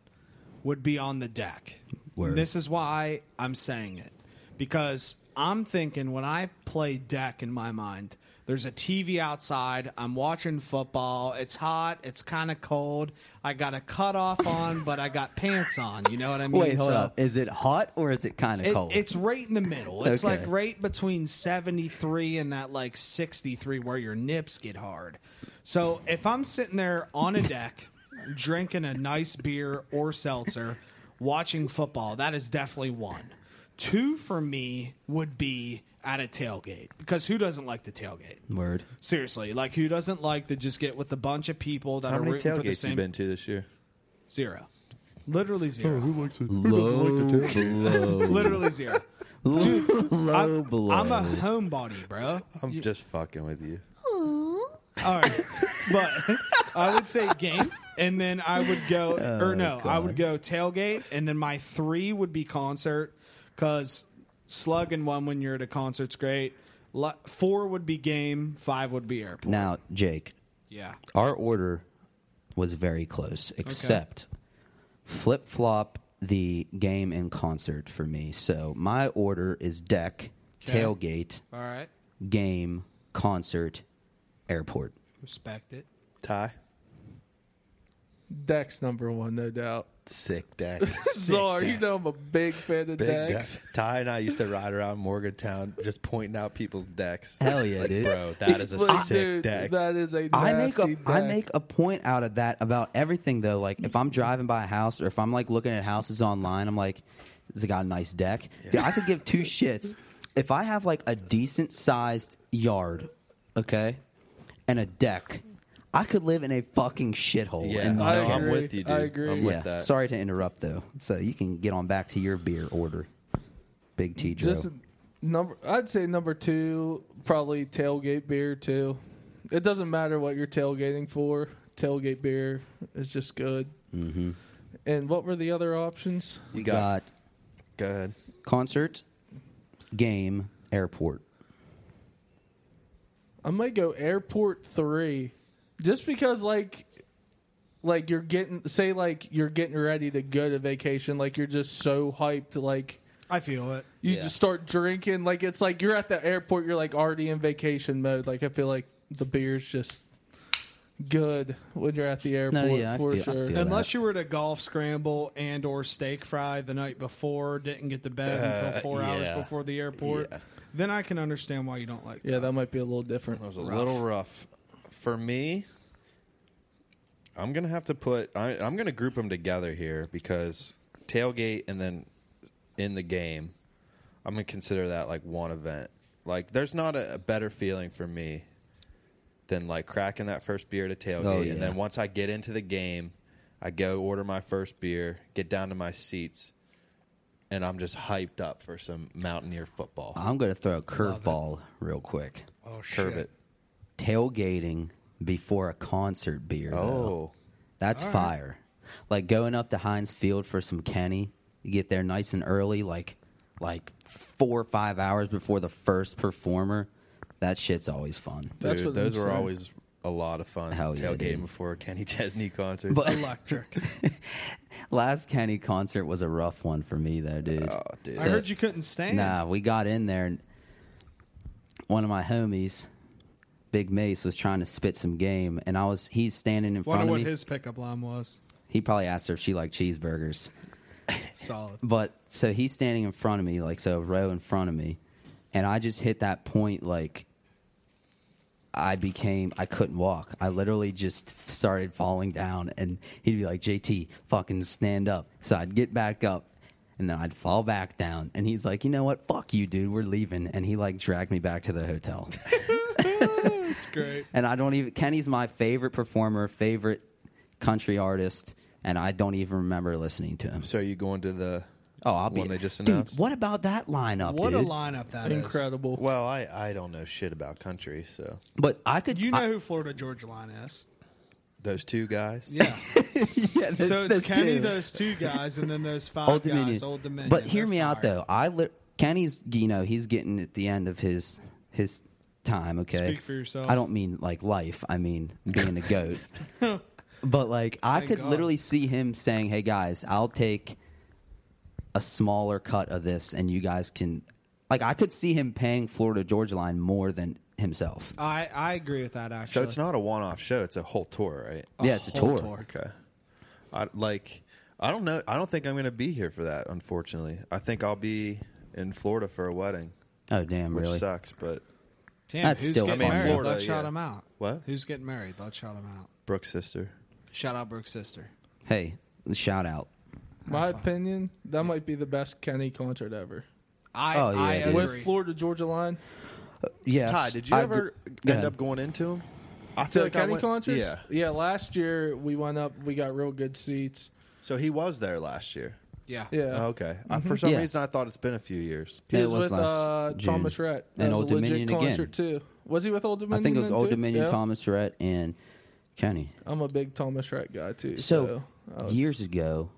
[SPEAKER 2] would be on the deck.
[SPEAKER 1] Word.
[SPEAKER 2] This is why I'm saying it because I'm thinking when I play deck in my mind, there's a TV outside. I'm watching football. It's hot. It's kind of cold. I got a cutoff on, but I got pants on. You know what I mean?
[SPEAKER 1] Wait, hold
[SPEAKER 2] So-
[SPEAKER 1] up. Is it hot or is it kind of
[SPEAKER 2] uh, it-
[SPEAKER 1] cold?
[SPEAKER 2] It's right in the middle. It's
[SPEAKER 1] Okay.
[SPEAKER 2] like right between 73 and that like 63 where your nips get hard. So if I'm sitting there on a deck drinking a nice beer or seltzer, watching football, that is definitely one. Two for me would be at a tailgate because who doesn't like the tailgate?
[SPEAKER 3] Hmm.
[SPEAKER 1] word.
[SPEAKER 2] Seriously, like who doesn't like to just get with a bunch of people that
[SPEAKER 3] How
[SPEAKER 2] are
[SPEAKER 3] many
[SPEAKER 2] rooting for the
[SPEAKER 3] tailgates
[SPEAKER 2] same
[SPEAKER 3] you been to this year?
[SPEAKER 2] zero, literally zero.
[SPEAKER 1] Low blow.
[SPEAKER 2] Literally zero. Dude, I'm, I'm a homebody, bro.
[SPEAKER 3] I'm just fucking with you.
[SPEAKER 2] All right, but I would say game, and then I would go,
[SPEAKER 1] Oh,
[SPEAKER 2] or no, I would go tailgate, and then my three would be concert, because slugging one when you're at a concert's great. Lo- Four would be game, five would be airport.
[SPEAKER 1] now, Jake,
[SPEAKER 2] Yeah,
[SPEAKER 1] our order was very close, except flip flop the game and concert for me. So my order is deck,
[SPEAKER 2] Okay.
[SPEAKER 1] tailgate,
[SPEAKER 2] all right,
[SPEAKER 1] game, concert, airport.
[SPEAKER 2] respect it.
[SPEAKER 3] Ty,
[SPEAKER 4] Dex number one, no doubt.
[SPEAKER 3] sick deck.
[SPEAKER 4] Czar, you
[SPEAKER 2] Dex.
[SPEAKER 4] know I'm a big fan of
[SPEAKER 3] Big
[SPEAKER 4] Dex.
[SPEAKER 3] deck. Ty and I used to ride around Morgantown just pointing out people's decks.
[SPEAKER 1] Hell yeah,
[SPEAKER 3] Like,
[SPEAKER 1] dude.
[SPEAKER 3] Bro, that is a
[SPEAKER 4] Like,
[SPEAKER 3] sick
[SPEAKER 4] dude,
[SPEAKER 3] deck.
[SPEAKER 4] That is a
[SPEAKER 1] I make a
[SPEAKER 4] nasty
[SPEAKER 1] I
[SPEAKER 4] deck.
[SPEAKER 1] make a point out of that about everything though. Like if I'm driving by a house or if I'm like looking at houses online, I'm like, "Has it got a nice deck?" Dude, I could give two shits if I have like a decent sized yard, okay, and a deck. I could live in a fucking shithole.
[SPEAKER 3] yeah,
[SPEAKER 1] and
[SPEAKER 3] no,
[SPEAKER 1] not
[SPEAKER 4] I
[SPEAKER 1] care.
[SPEAKER 3] I'm
[SPEAKER 4] agree.
[SPEAKER 3] with you, dude.
[SPEAKER 4] I agree.
[SPEAKER 3] am
[SPEAKER 1] yeah.
[SPEAKER 3] with that.
[SPEAKER 1] Sorry to interrupt though. So you can get on back to your beer order, Big T Joe.
[SPEAKER 4] just number. I'd say number two, probably tailgate beer too. It doesn't matter what you're tailgating for. Tailgate beer is just good. Mm-hmm. And what were the other options?
[SPEAKER 1] we
[SPEAKER 3] got-
[SPEAKER 1] got
[SPEAKER 3] Go ahead.
[SPEAKER 1] concert, game, airport.
[SPEAKER 4] I might go airport three, just because like, like you're getting say like you're getting ready to go to vacation. Like you're just so hyped. Like
[SPEAKER 2] I feel it.
[SPEAKER 4] you
[SPEAKER 1] Yeah.
[SPEAKER 4] just start drinking. Like it's like you're at the airport. You're like already in vacation mode. Like I feel like the beer's just good when you're at the airport
[SPEAKER 1] yeah, I
[SPEAKER 4] for
[SPEAKER 1] feel- I
[SPEAKER 4] sure.
[SPEAKER 1] feel-
[SPEAKER 2] Unless you were at a golf scramble and or steak fry the night before, didn't get to bed until
[SPEAKER 3] Uh,
[SPEAKER 2] four
[SPEAKER 3] yeah.
[SPEAKER 2] hours before the airport,
[SPEAKER 3] Yeah.
[SPEAKER 2] then I can understand why you don't like.
[SPEAKER 4] Yeah, that might be a little different.
[SPEAKER 3] That was a little rough. For me, I'm gonna have to put. I, I'm gonna group them together here because tailgate and then in the game, I'm gonna consider that like one event. Like, there's not a, a better feeling for me than like cracking that first beer at a tailgate.
[SPEAKER 1] Oh,
[SPEAKER 3] And
[SPEAKER 1] yeah.
[SPEAKER 3] then once I get into the game, I go order my first beer, get down to my seats, and I'm just hyped up for some Mountaineer football.
[SPEAKER 1] I'm going to throw a curveball real quick.
[SPEAKER 2] Oh shit!
[SPEAKER 3] Curve it.
[SPEAKER 1] Tailgating before a concert beer. though.
[SPEAKER 3] Oh,
[SPEAKER 1] That's
[SPEAKER 2] All right.
[SPEAKER 1] fire. Like going up to Heinz Field for some Kenny. You get there nice and early, like like four or five hours before the first performer. That shit's always fun.
[SPEAKER 4] That's
[SPEAKER 3] dude,
[SPEAKER 4] what
[SPEAKER 3] those
[SPEAKER 4] I'm
[SPEAKER 3] were
[SPEAKER 4] saying.
[SPEAKER 3] always a lot of fun.
[SPEAKER 1] Hell yeah,
[SPEAKER 3] tailgating
[SPEAKER 1] dude.
[SPEAKER 3] before a Kenny Chesney concert.
[SPEAKER 1] But-
[SPEAKER 2] Electric.
[SPEAKER 1] Last Kenny concert was a rough one for me though, dude.
[SPEAKER 3] oh, dude.
[SPEAKER 2] I
[SPEAKER 1] So-
[SPEAKER 2] heard you couldn't stand.
[SPEAKER 1] Nah, we got in there, and one of my homies, Big Mace, was trying to spit some game, and I was he's standing in front
[SPEAKER 2] Wonder
[SPEAKER 1] of
[SPEAKER 2] what
[SPEAKER 1] me.
[SPEAKER 2] his pickup line was.
[SPEAKER 1] he probably asked her if she liked cheeseburgers,
[SPEAKER 2] Solid.
[SPEAKER 1] but so he's standing in front of me, like so a row in front of me, and I just hit that point like. I became I couldn't walk. I literally just started falling down and he'd be like, JT, fucking stand up. So I'd get back up and then I'd fall back down and he's like, You know what? Fuck you, dude, we're leaving and he like dragged me back to the hotel.
[SPEAKER 2] It's great.
[SPEAKER 1] and I don't even Kenny's my favorite performer, favorite country artist, and I don't even remember listening to him.
[SPEAKER 3] So you going to the
[SPEAKER 1] Oh, I'll be
[SPEAKER 3] one they just
[SPEAKER 1] Dude,
[SPEAKER 3] announced?
[SPEAKER 1] what about that lineup?
[SPEAKER 2] What a
[SPEAKER 1] dude?
[SPEAKER 2] lineup that is.
[SPEAKER 4] Incredible.
[SPEAKER 3] Well, I, I don't know shit about country, so
[SPEAKER 1] But I could
[SPEAKER 2] You know
[SPEAKER 1] I-
[SPEAKER 2] who Florida Georgia Line is?
[SPEAKER 3] those two guys.
[SPEAKER 2] Yeah.
[SPEAKER 1] yeah, there's-
[SPEAKER 2] so it's
[SPEAKER 1] there's
[SPEAKER 2] Kenny,
[SPEAKER 1] two.
[SPEAKER 2] those two guys, and then those five
[SPEAKER 1] Old Dominion.
[SPEAKER 2] guys. Old Dominion.
[SPEAKER 1] But hear
[SPEAKER 2] They're
[SPEAKER 1] me out
[SPEAKER 2] fire.
[SPEAKER 1] though. I li- Kenny's, you know, he's getting at the end of his his time. Okay,
[SPEAKER 2] Speak for yourself.
[SPEAKER 1] I don't mean like life. I mean being a goat. but like, I
[SPEAKER 2] Thank
[SPEAKER 1] could
[SPEAKER 2] God.
[SPEAKER 1] literally see him saying, "Hey guys, I'll take a smaller cut of this, and you guys can." Like, I could see him paying Florida Georgia Line more than himself.
[SPEAKER 2] I, I agree with that, actually.
[SPEAKER 3] So it's not a one-off show; it's a whole tour, right? Oh,
[SPEAKER 1] yeah, it's a
[SPEAKER 2] whole
[SPEAKER 1] tour.
[SPEAKER 2] tour.
[SPEAKER 3] Okay. I like. I don't know. I don't think I'm going to be here for that. Unfortunately, I think I'll be in Florida for a wedding,
[SPEAKER 1] Oh damn,
[SPEAKER 3] which
[SPEAKER 1] really?
[SPEAKER 3] sucks. But
[SPEAKER 2] Damn,
[SPEAKER 1] That's
[SPEAKER 2] who's
[SPEAKER 1] still
[SPEAKER 2] getting
[SPEAKER 1] fun.
[SPEAKER 2] married?
[SPEAKER 3] Florida,
[SPEAKER 2] Let's shout
[SPEAKER 3] yeah.
[SPEAKER 2] him out.
[SPEAKER 3] What?
[SPEAKER 2] Who's getting married? Let's shout him out.
[SPEAKER 3] Brooke's sister.
[SPEAKER 2] Shout out Brooke's sister.
[SPEAKER 1] Hey, shout out.
[SPEAKER 4] My opinion, that might be the best Kenny concert ever.
[SPEAKER 2] I,
[SPEAKER 1] Oh, yeah,
[SPEAKER 2] I
[SPEAKER 1] dude.
[SPEAKER 2] agree.
[SPEAKER 4] With Florida Georgia Line,
[SPEAKER 1] Yes,
[SPEAKER 3] Ty, did you
[SPEAKER 1] I
[SPEAKER 3] ever
[SPEAKER 1] gr- go
[SPEAKER 3] end
[SPEAKER 1] ahead.
[SPEAKER 3] up going into him? I
[SPEAKER 4] to
[SPEAKER 3] feel
[SPEAKER 4] the Kenny
[SPEAKER 3] I went-
[SPEAKER 4] concerts.
[SPEAKER 3] Yeah.
[SPEAKER 4] Last year we went up, we got real good seats.
[SPEAKER 3] So he was there last year.
[SPEAKER 2] yeah. Mm-hmm.
[SPEAKER 4] Yeah,
[SPEAKER 3] Oh, okay. I, for some
[SPEAKER 1] Yeah.
[SPEAKER 3] reason, I thought it's been a few years.
[SPEAKER 4] he
[SPEAKER 1] It
[SPEAKER 4] was,
[SPEAKER 1] was
[SPEAKER 4] with
[SPEAKER 1] last
[SPEAKER 4] uh,
[SPEAKER 1] June.
[SPEAKER 4] Thomas Rhett. That
[SPEAKER 1] And
[SPEAKER 4] was
[SPEAKER 1] Old
[SPEAKER 4] a legit
[SPEAKER 1] Dominion again.
[SPEAKER 4] concert too. Was he with Old
[SPEAKER 1] I
[SPEAKER 4] Dominion?
[SPEAKER 1] think it was
[SPEAKER 4] then,
[SPEAKER 1] Old
[SPEAKER 4] too?
[SPEAKER 1] Dominion,
[SPEAKER 4] Yeah.
[SPEAKER 1] Thomas Tourette, and Kenny.
[SPEAKER 4] I'm a big Thomas Rhett guy too.
[SPEAKER 1] So,
[SPEAKER 4] So, I was-
[SPEAKER 1] years ago,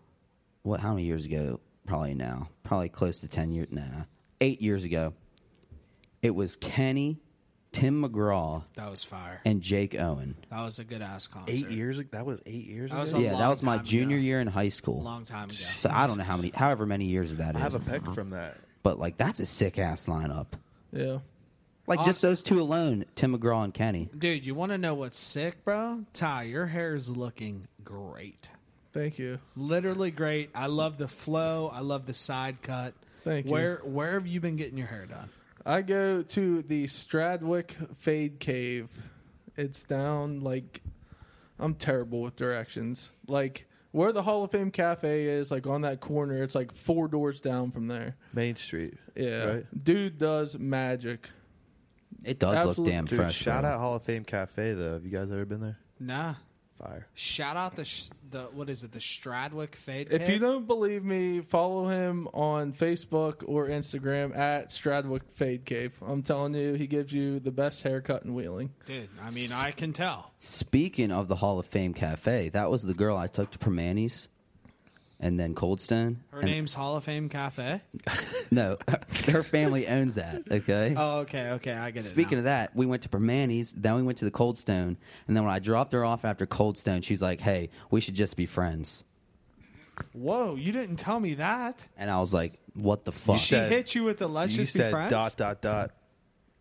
[SPEAKER 1] what? How many years ago? Probably now. Probably close to ten years. Nah, eight years ago. It was Kenny, Tim McGraw,
[SPEAKER 2] That was fire.
[SPEAKER 1] and Jake Owen.
[SPEAKER 2] That was a good ass concert.
[SPEAKER 3] Eight years? ag- That was eight years.
[SPEAKER 2] That was
[SPEAKER 3] ago?
[SPEAKER 2] a
[SPEAKER 1] yeah, that
[SPEAKER 2] long
[SPEAKER 1] was my
[SPEAKER 2] time
[SPEAKER 1] junior
[SPEAKER 2] ago.
[SPEAKER 1] year in high school.
[SPEAKER 2] Long time ago.
[SPEAKER 1] So I don't know how many, however many years that
[SPEAKER 3] I
[SPEAKER 1] is.
[SPEAKER 3] have a pick from that.
[SPEAKER 1] but like, that's a sick ass lineup.
[SPEAKER 4] yeah.
[SPEAKER 1] Like just
[SPEAKER 2] Awesome.
[SPEAKER 1] those two alone, Tim McGraw and Kenny.
[SPEAKER 2] Dude, you want to know what's sick, bro? Ty, your hair is looking great.
[SPEAKER 4] Thank you.
[SPEAKER 2] Literally great. I love the flow. I love the side cut.
[SPEAKER 4] Thank you.
[SPEAKER 2] Where where have you been getting your hair done?
[SPEAKER 4] I go to the Stradwick Fade Cave. It's down like I'm terrible with directions. Like where the Hall of Fame Cafe is, like on that corner, it's like four doors down from there.
[SPEAKER 3] Main Street.
[SPEAKER 4] Yeah,
[SPEAKER 3] Right?
[SPEAKER 4] dude does magic.
[SPEAKER 1] It does
[SPEAKER 4] Absolute-
[SPEAKER 1] look damn
[SPEAKER 3] Dude,
[SPEAKER 1] fresh.
[SPEAKER 3] shout
[SPEAKER 1] bro.
[SPEAKER 3] out Hall of Fame Cafe though. Have you guys ever been there?
[SPEAKER 2] Nah.
[SPEAKER 3] Fire.
[SPEAKER 2] Shout out the sh- the what is it? The Stradwick Fade.
[SPEAKER 4] If you
[SPEAKER 2] Cave?
[SPEAKER 4] don't believe me, follow him on Facebook or Instagram at Stradwick Fade Cave. I'm telling you, he gives you the best haircut in Wheeling.
[SPEAKER 2] dude, I mean, I can tell.
[SPEAKER 1] Speaking of the Hall of Fame Cafe, that was the girl I took to Permanis and then Coldstone.
[SPEAKER 2] Her
[SPEAKER 1] And-
[SPEAKER 2] name's Hall of Fame Cafe.
[SPEAKER 1] No, her family owns that, okay?
[SPEAKER 2] Oh, okay, okay, I get it.
[SPEAKER 1] Speaking
[SPEAKER 2] now.
[SPEAKER 1] of that, we went to Permanis, then we went to the Coldstone, and then when I dropped her off after Coldstone, she's like, hey, we should just be friends.
[SPEAKER 2] whoa, you didn't tell me that.
[SPEAKER 1] And I was like, what the fuck?
[SPEAKER 2] She
[SPEAKER 3] said-
[SPEAKER 2] hit you with the let's
[SPEAKER 3] you
[SPEAKER 2] just be
[SPEAKER 3] said
[SPEAKER 2] friends.
[SPEAKER 3] dot dot dot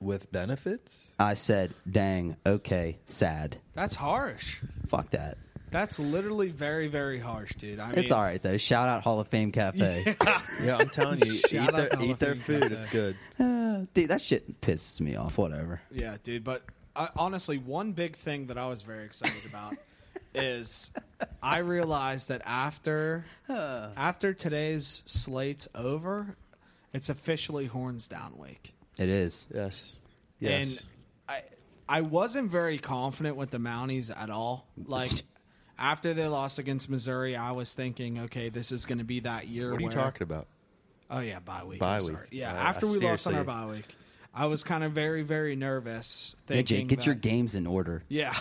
[SPEAKER 3] with benefits.
[SPEAKER 1] I said, dang, okay, sad.
[SPEAKER 2] That's harsh.
[SPEAKER 1] Fuck that.
[SPEAKER 2] That's literally very, very harsh, dude. I mean,
[SPEAKER 1] It's all right, though. Shout out Hall of Fame Cafe.
[SPEAKER 3] Yeah, I'm telling you, eat
[SPEAKER 2] Shout out
[SPEAKER 3] their,
[SPEAKER 2] to Hall
[SPEAKER 3] eat
[SPEAKER 2] of
[SPEAKER 3] their
[SPEAKER 2] Fame
[SPEAKER 3] food.
[SPEAKER 2] Cafe.
[SPEAKER 3] It's good.
[SPEAKER 1] Dude, that shit pisses me off. Whatever.
[SPEAKER 2] Yeah, dude. But I, honestly, one big thing that I was very excited about is I realized that after after today's slate's over, it's officially horns down week.
[SPEAKER 1] It is.
[SPEAKER 3] Yes. Yes.
[SPEAKER 2] And I, I wasn't very confident with the Mounties at all. Like after they lost against Missouri, I was thinking, okay, this is going to be that year.
[SPEAKER 3] What are you
[SPEAKER 2] where-
[SPEAKER 3] talking about?
[SPEAKER 2] Oh yeah, bye week.
[SPEAKER 3] Bye
[SPEAKER 2] I'm
[SPEAKER 3] week.
[SPEAKER 2] sorry. Yeah,
[SPEAKER 3] Uh,
[SPEAKER 2] after we lost on our
[SPEAKER 3] seriously.
[SPEAKER 2] bye week, I was kind of very very nervous.
[SPEAKER 1] Yeah,
[SPEAKER 2] Thinking
[SPEAKER 1] Jake, get your
[SPEAKER 2] that-
[SPEAKER 1] games in order.
[SPEAKER 2] Yeah,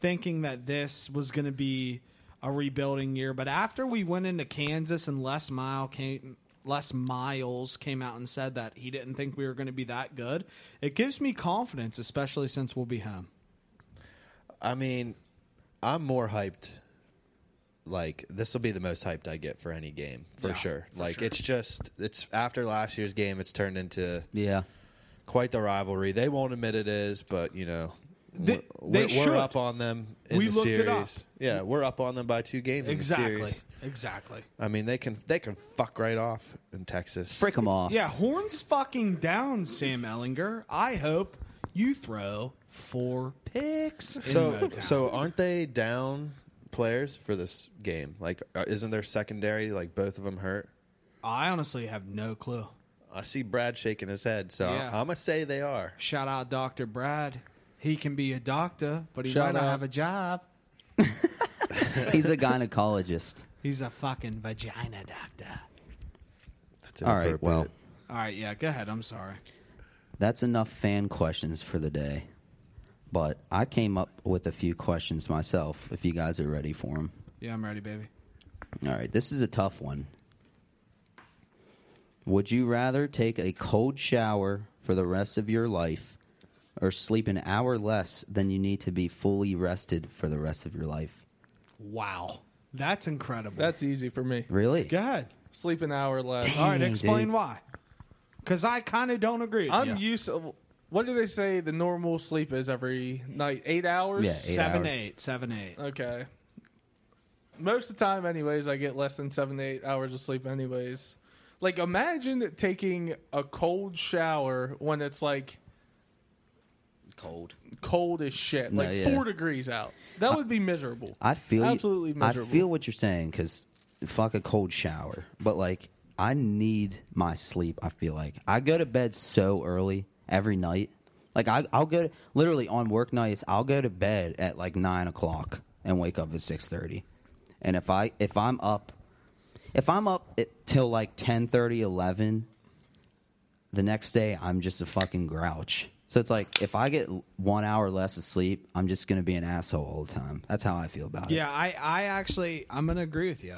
[SPEAKER 2] thinking that this was going to be a rebuilding year, but after we went into Kansas and Les Mile came, Les Miles came out and said that he didn't think we were going to be that good. It gives me confidence, especially since we'll be home.
[SPEAKER 3] I mean, I'm more hyped. Like this will be the most hyped I get for any game for
[SPEAKER 2] Yeah,
[SPEAKER 3] sure.
[SPEAKER 2] for
[SPEAKER 3] like
[SPEAKER 2] sure.
[SPEAKER 3] it's just it's after last year's game, it's turned into
[SPEAKER 1] Yeah.
[SPEAKER 3] quite the rivalry. They won't admit it is, but you know,
[SPEAKER 2] They-
[SPEAKER 3] we're,
[SPEAKER 2] they
[SPEAKER 3] we're
[SPEAKER 2] should.
[SPEAKER 3] up on them. In
[SPEAKER 2] We
[SPEAKER 3] the
[SPEAKER 2] looked
[SPEAKER 3] series.
[SPEAKER 2] it up.
[SPEAKER 3] Yeah, we're up on them by two games. In the
[SPEAKER 2] Exactly,
[SPEAKER 3] series.
[SPEAKER 2] exactly.
[SPEAKER 3] I mean, they can they can fuck right off in Texas.
[SPEAKER 1] Frick them off.
[SPEAKER 2] Yeah, horns fucking down, Sam Ellinger. I hope you throw four picks. in
[SPEAKER 3] So
[SPEAKER 2] Motown.
[SPEAKER 3] so aren't they down players for this game? Like, uh, isn't their secondary like both of them hurt?
[SPEAKER 2] I honestly have no clue.
[SPEAKER 3] I see Brad shaking his head, so
[SPEAKER 2] Yeah.
[SPEAKER 3] I'm gonna say they are.
[SPEAKER 2] Shout out Dr. Brad. He can be a doctor, but he
[SPEAKER 4] Shout
[SPEAKER 2] might not
[SPEAKER 4] out.
[SPEAKER 2] have a job.
[SPEAKER 1] He's a gynecologist.
[SPEAKER 2] He's a fucking vagina doctor.
[SPEAKER 3] That's
[SPEAKER 1] All right, well,
[SPEAKER 3] inappropriate.
[SPEAKER 2] All right, yeah, go ahead. I'm sorry.
[SPEAKER 1] that's enough fan questions for the day. But I came up with a few questions myself if you guys are ready for them.
[SPEAKER 2] Yeah, I'm ready, baby.
[SPEAKER 1] All right, this is a tough one. Would you rather take a cold shower for the rest of your life or sleep an hour less than you need to be fully rested for the rest of your life?
[SPEAKER 2] Wow. That's incredible.
[SPEAKER 4] That's easy for me.
[SPEAKER 1] Really?
[SPEAKER 2] go ahead.
[SPEAKER 4] Sleep an hour less.
[SPEAKER 1] Dang.
[SPEAKER 2] All right, explain
[SPEAKER 1] dude.
[SPEAKER 2] why. Because I kind of don't agree with
[SPEAKER 4] I'm
[SPEAKER 2] you.
[SPEAKER 4] used. To, what do they say the normal sleep is every night? Eight hours.
[SPEAKER 1] Yeah, eight
[SPEAKER 2] Seven,
[SPEAKER 1] hours.
[SPEAKER 2] eight, seven, eight.
[SPEAKER 4] Okay. Most of the time, anyways, I get less than seven to eight hours of sleep, anyways. Like, imagine taking a cold shower when it's like
[SPEAKER 1] Cold.
[SPEAKER 4] cold as shit,
[SPEAKER 1] No,
[SPEAKER 4] like
[SPEAKER 1] yeah.
[SPEAKER 4] four degrees out. That would be miserable.
[SPEAKER 1] I feel you-
[SPEAKER 4] absolutely miserable.
[SPEAKER 1] I feel what you're saying because fuck a cold shower, but like I need my sleep. I feel like I go to bed so early every night. Like I, I'll go literally on work nights. I'll go to bed at like nine o'clock and wake up at six thirty. And if I if I'm up, if I'm up at, till like 10, 11, the next day I'm just a fucking grouch. So it's like if I get one hour less of sleep, I'm just gonna be an asshole all the time. That's how I feel about it.
[SPEAKER 2] Yeah, I, I actually, I'm going to agree with you.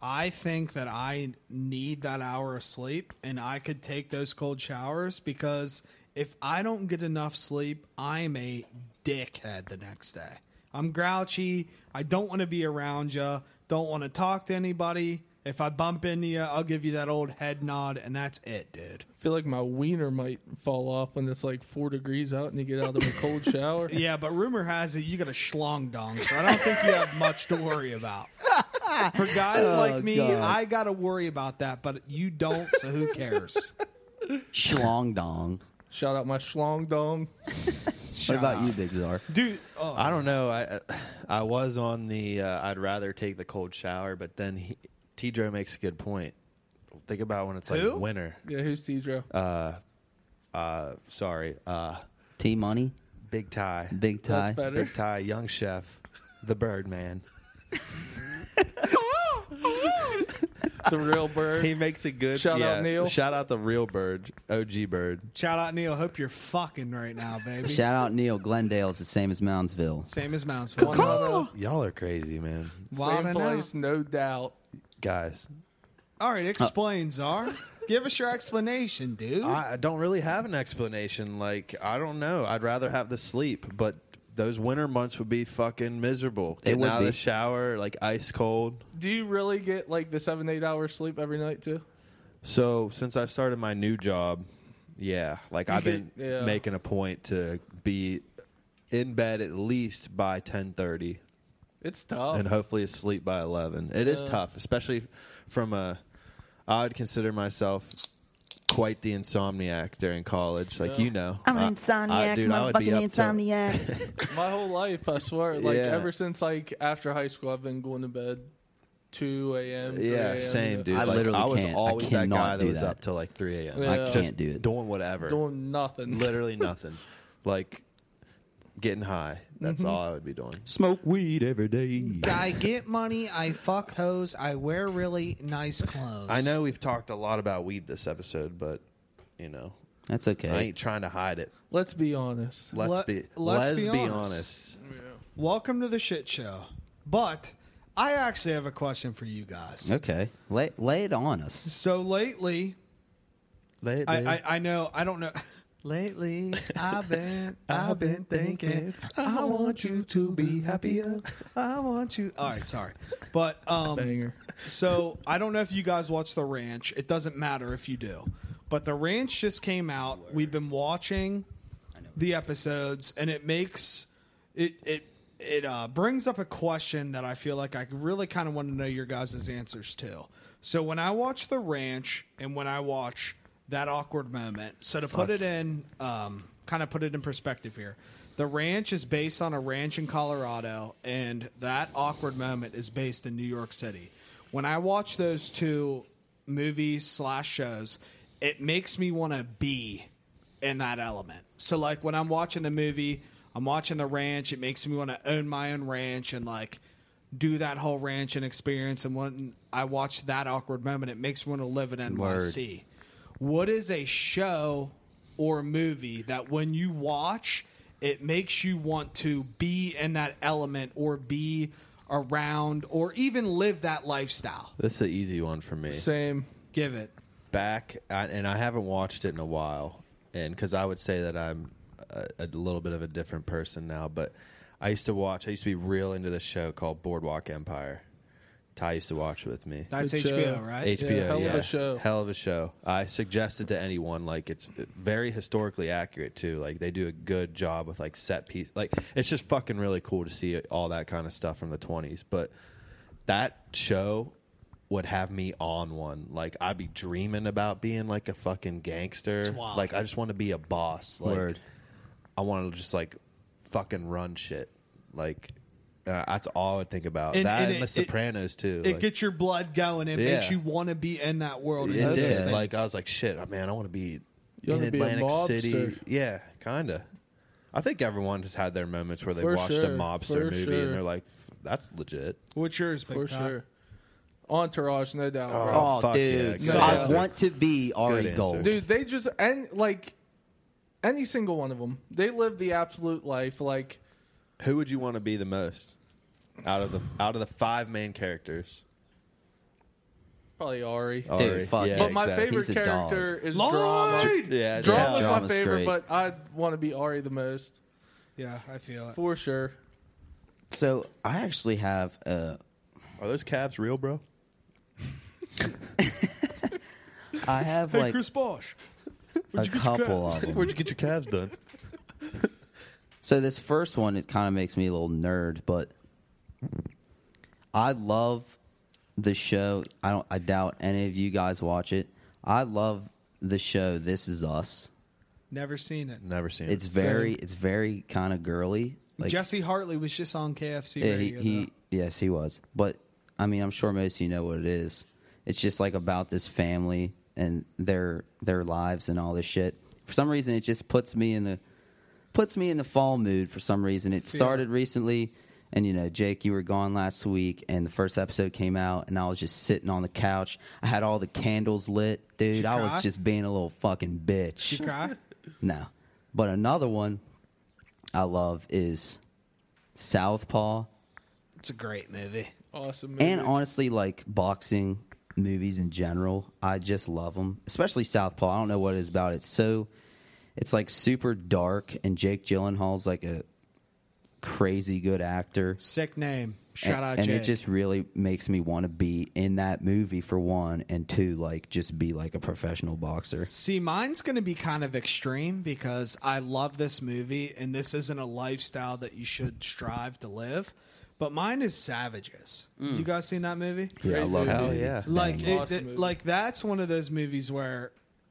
[SPEAKER 2] I think that I need that hour of sleep and I could take those cold showers because if I don't get enough sleep, I'm a dickhead the next day. I'm grouchy. I don't want to be around you. Don't want to talk to anybody. If I bump into you, I'll give you that old head nod and that's it, dude.
[SPEAKER 4] feel like my wiener might fall off when it's like four degrees out and you get out of a cold shower.
[SPEAKER 2] Yeah, but rumor has it you got a schlong dong, so I don't think you have much to worry about. For guys like me,
[SPEAKER 1] Oh, God.
[SPEAKER 2] I got to worry about that, but you don't, so who cares?
[SPEAKER 1] Schlong dong.
[SPEAKER 4] Shout out my schlong dong.
[SPEAKER 1] What
[SPEAKER 2] Shout
[SPEAKER 1] about
[SPEAKER 2] out.
[SPEAKER 1] you, Big Czar?
[SPEAKER 2] Dude, oh,
[SPEAKER 3] I don't know. I I was on the uh, I'd rather take the cold shower, but then he, Tidro makes a good point. Think about when it's
[SPEAKER 2] Who?
[SPEAKER 3] like winter.
[SPEAKER 4] Yeah, who's Tidro?
[SPEAKER 3] Uh, sorry, uh,
[SPEAKER 1] T Money,
[SPEAKER 3] Big Ty,
[SPEAKER 1] Big
[SPEAKER 4] That's
[SPEAKER 1] Tie.
[SPEAKER 4] better.
[SPEAKER 3] Big Ty, Young Chef, the Birdman.
[SPEAKER 4] the real bird.
[SPEAKER 3] He makes a good
[SPEAKER 4] Shout out
[SPEAKER 3] yeah,
[SPEAKER 4] Neil.
[SPEAKER 3] Shout out the real bird, OG bird.
[SPEAKER 2] shout out Neil. Hope you're fucking right now, baby.
[SPEAKER 1] Shout out Neil. Glendale's the same as Moundsville.
[SPEAKER 2] Same as Moundsville.
[SPEAKER 4] One other-
[SPEAKER 3] Y'all are crazy, man.
[SPEAKER 2] Wild
[SPEAKER 4] Same
[SPEAKER 2] and
[SPEAKER 4] place, no doubt.
[SPEAKER 3] Guys,
[SPEAKER 2] out. All right, explain, Czar. Give us your explanation, dude.
[SPEAKER 3] I I don't really have an explanation. Like, I don't know. I'd rather have the sleep, but those winter months would be fucking miserable.
[SPEAKER 1] They
[SPEAKER 3] Getting
[SPEAKER 1] would
[SPEAKER 3] out of
[SPEAKER 1] be.
[SPEAKER 3] the shower, like ice cold.
[SPEAKER 4] Do you really get like the seven, eight hours sleep every night too?
[SPEAKER 3] So since I started my new job, yeah, like I've
[SPEAKER 4] could-
[SPEAKER 3] been
[SPEAKER 4] yeah.
[SPEAKER 3] making a point to be in bed at least by ten thirty,
[SPEAKER 4] It's tough.
[SPEAKER 3] and
[SPEAKER 1] uh,
[SPEAKER 3] hopefully asleep by eleven. It is
[SPEAKER 4] Oh. Yeah.
[SPEAKER 3] tough, especially from a. I would consider myself quite the insomniac during college. Like
[SPEAKER 4] Yeah.
[SPEAKER 3] you know,
[SPEAKER 1] I'm
[SPEAKER 3] I- I-
[SPEAKER 1] an insomniac,
[SPEAKER 3] dude, I would be
[SPEAKER 1] motherfucking
[SPEAKER 3] up till-
[SPEAKER 1] insomniac.
[SPEAKER 4] My whole life, I swear. Like
[SPEAKER 3] Yeah.
[SPEAKER 4] ever since like after high school, I've been going to bed two a.m. 3
[SPEAKER 3] Yeah,
[SPEAKER 4] a.m.,
[SPEAKER 3] same dude.
[SPEAKER 1] I
[SPEAKER 3] like,
[SPEAKER 1] literally
[SPEAKER 3] I was
[SPEAKER 1] can't. I
[SPEAKER 3] always that
[SPEAKER 1] cannot
[SPEAKER 3] guy that
[SPEAKER 1] do
[SPEAKER 3] was
[SPEAKER 1] that.
[SPEAKER 3] up till like three a.m.
[SPEAKER 4] Yeah.
[SPEAKER 1] I
[SPEAKER 4] Just
[SPEAKER 1] can't do it.
[SPEAKER 3] doing whatever,
[SPEAKER 4] Doing nothing.
[SPEAKER 3] literally nothing. Like getting high. That's
[SPEAKER 1] Mm-hmm.
[SPEAKER 3] all I would be doing.
[SPEAKER 1] Smoke weed every day.
[SPEAKER 2] I get money. I fuck hoes. I wear really nice clothes.
[SPEAKER 3] I know we've talked a lot about weed this episode, but you know,
[SPEAKER 1] That's okay.
[SPEAKER 3] I ain't trying to hide it.
[SPEAKER 4] Let's be honest.
[SPEAKER 3] Let's
[SPEAKER 2] Let-
[SPEAKER 3] be
[SPEAKER 2] let's be
[SPEAKER 3] be
[SPEAKER 2] honest. Welcome to the shit show. But I actually have a question for you guys.
[SPEAKER 1] Okay, lay lay it on us.
[SPEAKER 2] So lately,
[SPEAKER 3] Lay it,
[SPEAKER 2] I,
[SPEAKER 3] babe.
[SPEAKER 2] I, I know I don't know. Lately, I've been I've been thinking I want you to be happier. I want you. All right, sorry, but um,
[SPEAKER 4] Banger.
[SPEAKER 2] so I don't know if you guys watch The Ranch. It doesn't matter if you do, but The Ranch just came out. We've been watching the episodes, and it makes it it it uh, brings up a question that I feel like I really kind of want to know your guys' answers to. So when I watch The Ranch, and when I watch that awkward moment, so to put it in, um, kind of put it in perspective here. The ranch is based on a ranch in Colorado, and that awkward moment is based in New York City when I watch those two movies slash shows, it makes me want to be in that element. So like when I'm watching the movie, I'm watching the ranch. It makes me want to own my own ranch and like do that whole ranch and experience. And when I watch that awkward moment, it makes me want to live in NYC. What is a show or movie that when you watch, it makes you want to be in that element or be around or even live that lifestyle.
[SPEAKER 3] this is an easy one for me.
[SPEAKER 4] Same.
[SPEAKER 2] Give it.
[SPEAKER 3] back I, and I haven't watched it in a while, and because I would say that I'm a, a little bit of a different person now, but I used to watch. I used to be real into this show called Boardwalk Empire. Ty used to watch with me.
[SPEAKER 2] That's
[SPEAKER 4] Good
[SPEAKER 2] HBO,
[SPEAKER 4] show.
[SPEAKER 2] right?
[SPEAKER 3] HBO,
[SPEAKER 4] Yeah, hell of a
[SPEAKER 3] yeah.
[SPEAKER 4] show.
[SPEAKER 3] Hell of a show. I suggest it to anyone. Like it's very historically accurate too. Like they do a good job with like set piece. Like it's just fucking really cool to see all that kind of stuff from the twenties. But that show would have me on one. Like I'd be dreaming about being like a fucking gangster.
[SPEAKER 2] wild.
[SPEAKER 3] Like I just want to be a boss. Like
[SPEAKER 1] Word.
[SPEAKER 3] I want to just like fucking run shit. Like. Uh, that's all I would think about.
[SPEAKER 2] And-
[SPEAKER 3] that
[SPEAKER 2] and
[SPEAKER 3] and,
[SPEAKER 2] it-
[SPEAKER 3] The
[SPEAKER 2] it-
[SPEAKER 3] Sopranos too.
[SPEAKER 2] It
[SPEAKER 3] Like-
[SPEAKER 2] gets your blood going. It
[SPEAKER 3] Yeah.
[SPEAKER 2] makes you want to be in that world. and
[SPEAKER 3] it
[SPEAKER 2] do
[SPEAKER 3] did.
[SPEAKER 2] those things.
[SPEAKER 3] Like
[SPEAKER 1] uh,
[SPEAKER 3] I was like, shit, oh, man, I want to be
[SPEAKER 4] You
[SPEAKER 3] in
[SPEAKER 4] wanna be a
[SPEAKER 3] Atlantic City.
[SPEAKER 4] mobster.
[SPEAKER 3] Yeah, kinda. I think everyone has had their moments where they
[SPEAKER 4] For
[SPEAKER 3] watched
[SPEAKER 4] sure,
[SPEAKER 3] a mobster
[SPEAKER 4] for
[SPEAKER 3] movie
[SPEAKER 4] sure.
[SPEAKER 3] and they're like, "That's legit."
[SPEAKER 2] what's yours? Big
[SPEAKER 4] For
[SPEAKER 2] Todd?
[SPEAKER 4] sure. Entourage, no doubt. bro.
[SPEAKER 1] Oh,
[SPEAKER 3] fuck
[SPEAKER 1] dude,
[SPEAKER 3] yeah,
[SPEAKER 4] good
[SPEAKER 1] I
[SPEAKER 4] answer.
[SPEAKER 1] want to be Ari
[SPEAKER 3] answer.
[SPEAKER 1] Gold.
[SPEAKER 4] dude they just and like any single one of them they live the absolute life like
[SPEAKER 3] Who would you want to be the most out of the out of the five main characters?
[SPEAKER 4] probably ari
[SPEAKER 1] Dude,
[SPEAKER 3] Ari.
[SPEAKER 1] fuck
[SPEAKER 3] yeah,
[SPEAKER 1] it.
[SPEAKER 4] but my
[SPEAKER 3] exactly.
[SPEAKER 4] favorite
[SPEAKER 1] Oh, He's a dog.
[SPEAKER 4] character is
[SPEAKER 2] Lloyd!
[SPEAKER 4] drama
[SPEAKER 3] Yeah, yeah.
[SPEAKER 4] drama is my
[SPEAKER 1] Drama's
[SPEAKER 4] favorite
[SPEAKER 1] great.
[SPEAKER 4] but i'd want to be ari the most
[SPEAKER 2] Yeah, I feel it.
[SPEAKER 4] for sure
[SPEAKER 1] So I actually have uh,
[SPEAKER 3] Are those calves real, bro?
[SPEAKER 1] I have
[SPEAKER 2] hey,
[SPEAKER 1] like
[SPEAKER 2] Chris Bosch.
[SPEAKER 1] a
[SPEAKER 2] you get your
[SPEAKER 1] couple of
[SPEAKER 2] calves?
[SPEAKER 1] them.
[SPEAKER 3] Where'd you get your calves done?
[SPEAKER 1] So this first one, it kind of makes me a little nerd, but I love the show. I don't. I doubt any of you guys watch it. I love the show. This is us.
[SPEAKER 2] Never seen it.
[SPEAKER 3] Never seen
[SPEAKER 1] It's
[SPEAKER 3] it.
[SPEAKER 1] very. It's very kind of girly. Like
[SPEAKER 2] Jesse Hartley was just on KFC.
[SPEAKER 1] yeah, he,
[SPEAKER 2] radio,
[SPEAKER 1] he. Yes, he was. But I mean, I'm sure most of you know what it is. It's just like about this family and their their lives and all this shit. For some reason, it just puts me in the puts me in the fall mood for some reason. It started recently, and you know, Jake, you were gone last week, and the first episode came out, and I was just sitting on the couch. I had all the candles lit, dude.
[SPEAKER 2] you
[SPEAKER 1] I
[SPEAKER 2] cry?
[SPEAKER 1] was just being a little fucking bitch.
[SPEAKER 2] though. Did you cry?
[SPEAKER 1] No. But another one I love is Southpaw.
[SPEAKER 2] It's a great movie.
[SPEAKER 4] awesome movie.
[SPEAKER 1] And honestly, like boxing movies in general, I just love them, especially Southpaw. I don't know what it is about it. It's so, it's like super dark, and Jake Gyllenhaal's like a crazy good actor.
[SPEAKER 2] Sick name. Shout
[SPEAKER 1] and,
[SPEAKER 2] out,
[SPEAKER 1] and
[SPEAKER 2] Jake.
[SPEAKER 1] it just really makes me want to be in that movie for one, and two, like just be like a professional boxer.
[SPEAKER 2] See, mine's going to be kind of extreme because I love this movie and this isn't a lifestyle that you should strive to live. But mine is Savages. You guys seen that movie?
[SPEAKER 1] Mm. Yeah, I
[SPEAKER 4] Great
[SPEAKER 1] love
[SPEAKER 4] movie.
[SPEAKER 1] that
[SPEAKER 4] Hell
[SPEAKER 1] movie.
[SPEAKER 3] yeah.
[SPEAKER 2] Like it,
[SPEAKER 4] Awesome
[SPEAKER 2] it-
[SPEAKER 4] movie.
[SPEAKER 2] like that's one of those movies where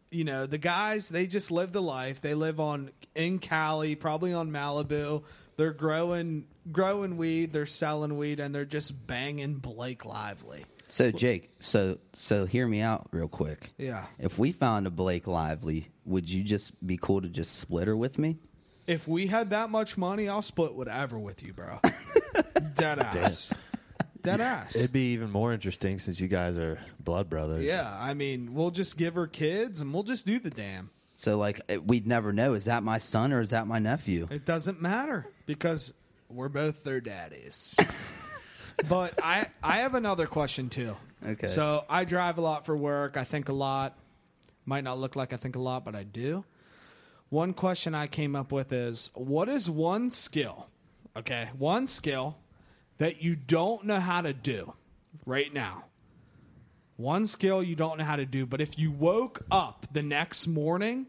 [SPEAKER 2] you know, the guys they just live the life. They live on in Cali, probably on Malibu. They're growing growing weed, they're selling weed and they're just banging Blake Lively.
[SPEAKER 1] So Jake, so so hear me out real quick.
[SPEAKER 2] Yeah.
[SPEAKER 1] If we found a Blake Lively, would you just be cool to just split her with me?
[SPEAKER 2] If we had that much money, I'll split whatever with you, bro. Dead ass. Dead ass.
[SPEAKER 3] It'd be even more interesting since you guys are blood brothers.
[SPEAKER 2] yeah, I mean, we'll just give her kids and we'll just do the damn.
[SPEAKER 1] So like it- we'd never know is that my son or is that my nephew?
[SPEAKER 2] It doesn't matter because we're both their daddies. but I I have another question too.
[SPEAKER 1] Okay.
[SPEAKER 2] So I drive a lot for work. I think a lot. Might not look like I think a lot, but I do. One question I came up with is what is one skill? Okay, one skill that you don't know how to do right now. One skill you don't know how to do, but if you woke up the next morning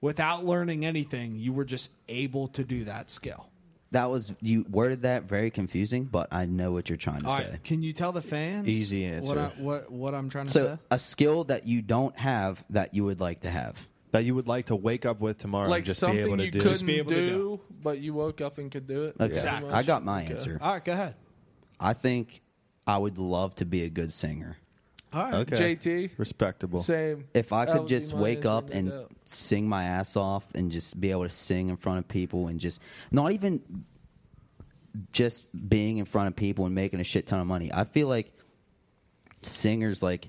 [SPEAKER 2] without learning anything, you were just able to do that skill.
[SPEAKER 1] That was you worded that very confusing, but I know what you're trying to
[SPEAKER 2] All
[SPEAKER 1] say.
[SPEAKER 2] right, can you tell the fans
[SPEAKER 3] Easy
[SPEAKER 2] what
[SPEAKER 3] answer.
[SPEAKER 2] I, what what I'm trying to
[SPEAKER 1] So
[SPEAKER 2] say?
[SPEAKER 1] a skill that you don't have that you would like to have.
[SPEAKER 3] That you would like to wake up with tomorrow
[SPEAKER 4] like
[SPEAKER 3] and just be
[SPEAKER 4] something
[SPEAKER 3] able to
[SPEAKER 4] you
[SPEAKER 3] do.
[SPEAKER 4] couldn't
[SPEAKER 2] be able
[SPEAKER 4] do,
[SPEAKER 2] to do.
[SPEAKER 4] but you woke up and could do it.
[SPEAKER 1] Okay.
[SPEAKER 2] Exactly.
[SPEAKER 1] I got my
[SPEAKER 4] Okay.
[SPEAKER 1] answer.
[SPEAKER 2] All right, go ahead.
[SPEAKER 1] I think I would love to be a good singer.
[SPEAKER 2] All right.
[SPEAKER 3] Okay.
[SPEAKER 4] JT.
[SPEAKER 3] Respectable.
[SPEAKER 4] Same.
[SPEAKER 1] If I
[SPEAKER 4] That
[SPEAKER 1] could
[SPEAKER 4] would be
[SPEAKER 1] just
[SPEAKER 4] my
[SPEAKER 1] wake
[SPEAKER 4] answer,
[SPEAKER 1] up
[SPEAKER 4] no
[SPEAKER 1] and
[SPEAKER 4] doubt.
[SPEAKER 1] sing my ass off and just be able to sing in front of people and just not even just being in front of people and making a shit ton of money. I feel like singers like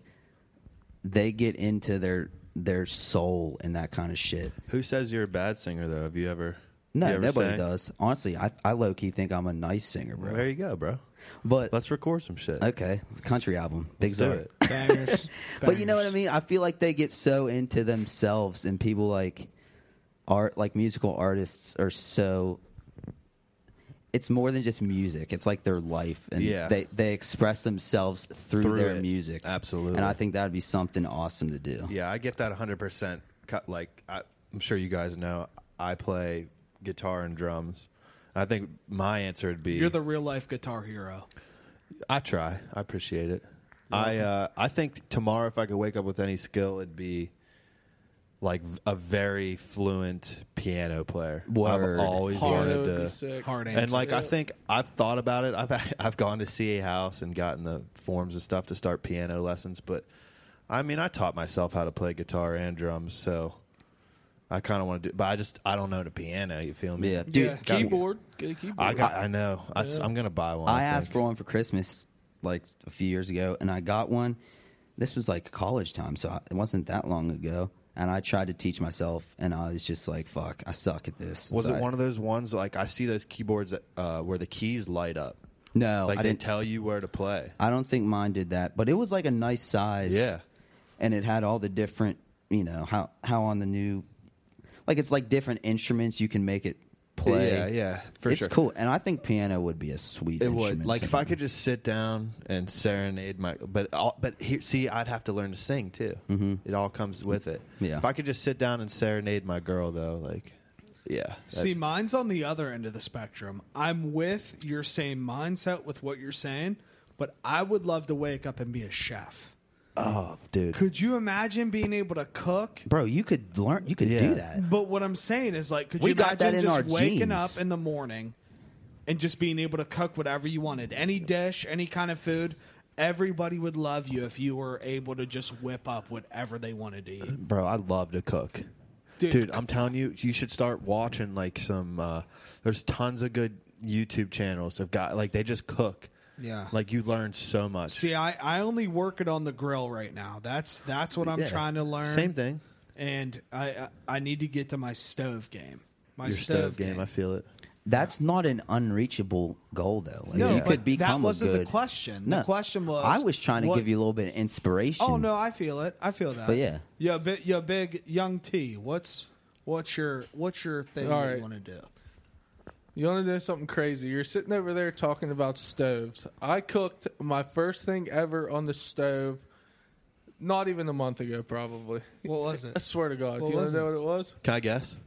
[SPEAKER 1] they get into their their soul and that kind of shit.
[SPEAKER 3] Who says you're a bad singer though? Have you ever?
[SPEAKER 1] No,
[SPEAKER 3] you ever
[SPEAKER 1] nobody
[SPEAKER 3] sang?
[SPEAKER 1] does. Honestly, I, I low key think I'm a nice singer, bro.
[SPEAKER 3] Well, there you go, bro.
[SPEAKER 1] but
[SPEAKER 3] Let's record some shit.
[SPEAKER 1] okay, country album, Big
[SPEAKER 3] Let's do
[SPEAKER 1] Czar.
[SPEAKER 3] it.
[SPEAKER 2] Bangers.
[SPEAKER 1] But you know what I
[SPEAKER 2] Bangers.
[SPEAKER 1] mean? I feel like they get so into themselves and people like art like musical artists are so it's more than just music. It's like their life and
[SPEAKER 3] Yeah.
[SPEAKER 1] they they express themselves through,
[SPEAKER 3] Through
[SPEAKER 1] their
[SPEAKER 3] it.
[SPEAKER 1] music.
[SPEAKER 3] Absolutely.
[SPEAKER 1] And I think that'd be something awesome to do.
[SPEAKER 3] Yeah, I get that 100%. Cut like I, I'm sure you guys know, I play guitar and drums. I think my answer would be
[SPEAKER 2] You're the real life guitar hero.
[SPEAKER 3] I try. I appreciate it. I uh, I think tomorrow, if I could wake up with any skill, it'd be like v- a very fluent piano player.
[SPEAKER 1] Word.
[SPEAKER 3] I've always
[SPEAKER 4] Hard.
[SPEAKER 3] wanted
[SPEAKER 4] That would be
[SPEAKER 3] to.
[SPEAKER 4] sick.
[SPEAKER 2] Hard answer.
[SPEAKER 3] And like I
[SPEAKER 4] Yeah.
[SPEAKER 3] think I've thought about it. I've I've gone to CA House and gotten the forms and stuff to start piano lessons. But I mean, I taught myself how to play guitar and drums, so I kind of want to do. But I just I don't know the piano. You feel me?
[SPEAKER 1] Yeah. Dude,
[SPEAKER 4] Yeah.
[SPEAKER 3] got-
[SPEAKER 4] Keyboard. Get a keyboard.
[SPEAKER 3] I got. I know. I, am gonna buy one.
[SPEAKER 1] I
[SPEAKER 3] think.
[SPEAKER 1] asked for one for Christmas like a few years ago, and I got one. This was like college time, so I, it wasn't that long ago. And I tried to teach myself, and I was just like, "Fuck, I suck at this."
[SPEAKER 3] Was it one of those ones like I see those keyboards that, uh, where the keys light up?
[SPEAKER 1] No,
[SPEAKER 3] like
[SPEAKER 1] I
[SPEAKER 3] they
[SPEAKER 1] didn't.
[SPEAKER 3] tell you where to play.
[SPEAKER 1] I don't think mine did that, but it was like a nice size.
[SPEAKER 3] Yeah.
[SPEAKER 1] and it had all the different, you know, how how on the new, like it's like different instruments you can make it play.
[SPEAKER 3] Yeah, yeah, for
[SPEAKER 1] it's
[SPEAKER 3] sure.
[SPEAKER 1] cool, and I think piano would be a sweet.
[SPEAKER 3] It
[SPEAKER 1] instrument
[SPEAKER 3] would like
[SPEAKER 1] to
[SPEAKER 3] if I
[SPEAKER 1] learn.
[SPEAKER 3] could just sit down and serenade my. But all, but here, see, I'd have to learn to sing too. Mm-hmm. It all comes with it.
[SPEAKER 1] Yeah.
[SPEAKER 3] If I could just sit down and serenade my girl though, like, yeah.
[SPEAKER 2] See, mine's on the other end of the spectrum. I'm with your same mindset with what you're saying, but I would love to wake up and be a chef.
[SPEAKER 3] oh, dude.
[SPEAKER 2] Could you imagine being able to cook?
[SPEAKER 1] bro, you could learn. You could
[SPEAKER 3] Yeah.
[SPEAKER 1] do that.
[SPEAKER 2] But what I'm saying is, like, could
[SPEAKER 1] We
[SPEAKER 2] you
[SPEAKER 1] got that
[SPEAKER 2] imagine
[SPEAKER 1] in our
[SPEAKER 2] just waking
[SPEAKER 1] genes.
[SPEAKER 2] up in the morning and just being able to cook whatever you wanted, any dish, any kind of food? Everybody would love you if you were able to just whip up whatever they wanted to eat.
[SPEAKER 3] bro i love to cook
[SPEAKER 2] Dude.
[SPEAKER 3] dude, i'm telling you you should start watching like some uh there's tons of good youtube channels of guy like they just cook
[SPEAKER 2] Yeah.
[SPEAKER 3] like you learn so much
[SPEAKER 2] See, I, I only work it on the grill right now. That's that's what I'm
[SPEAKER 3] Yeah.
[SPEAKER 2] trying to learn.
[SPEAKER 3] same thing
[SPEAKER 2] and I, I I need to get to my stove game. My
[SPEAKER 3] your stove, game, i feel it
[SPEAKER 1] That's not an unreachable goal, though. Like,
[SPEAKER 2] No,
[SPEAKER 1] you
[SPEAKER 2] but
[SPEAKER 1] could become
[SPEAKER 2] that wasn't
[SPEAKER 1] a
[SPEAKER 2] the
[SPEAKER 1] good.
[SPEAKER 2] question. The question was,
[SPEAKER 1] I was trying to
[SPEAKER 2] what-
[SPEAKER 1] give you a little bit of inspiration.
[SPEAKER 2] Oh no, I feel it. I feel that.
[SPEAKER 1] But yeah.
[SPEAKER 2] yeah, bi- yeah, big young T. What's what's your what's your thing
[SPEAKER 4] All
[SPEAKER 2] that
[SPEAKER 4] right.
[SPEAKER 2] you want to do?
[SPEAKER 4] You want to know something crazy? You're sitting over there talking about stoves. I cooked my first thing ever on the stove not even a month ago, probably.
[SPEAKER 2] What was it?
[SPEAKER 4] I swear to God.
[SPEAKER 2] What
[SPEAKER 4] you want
[SPEAKER 2] was
[SPEAKER 4] to know what it was?
[SPEAKER 3] can i guess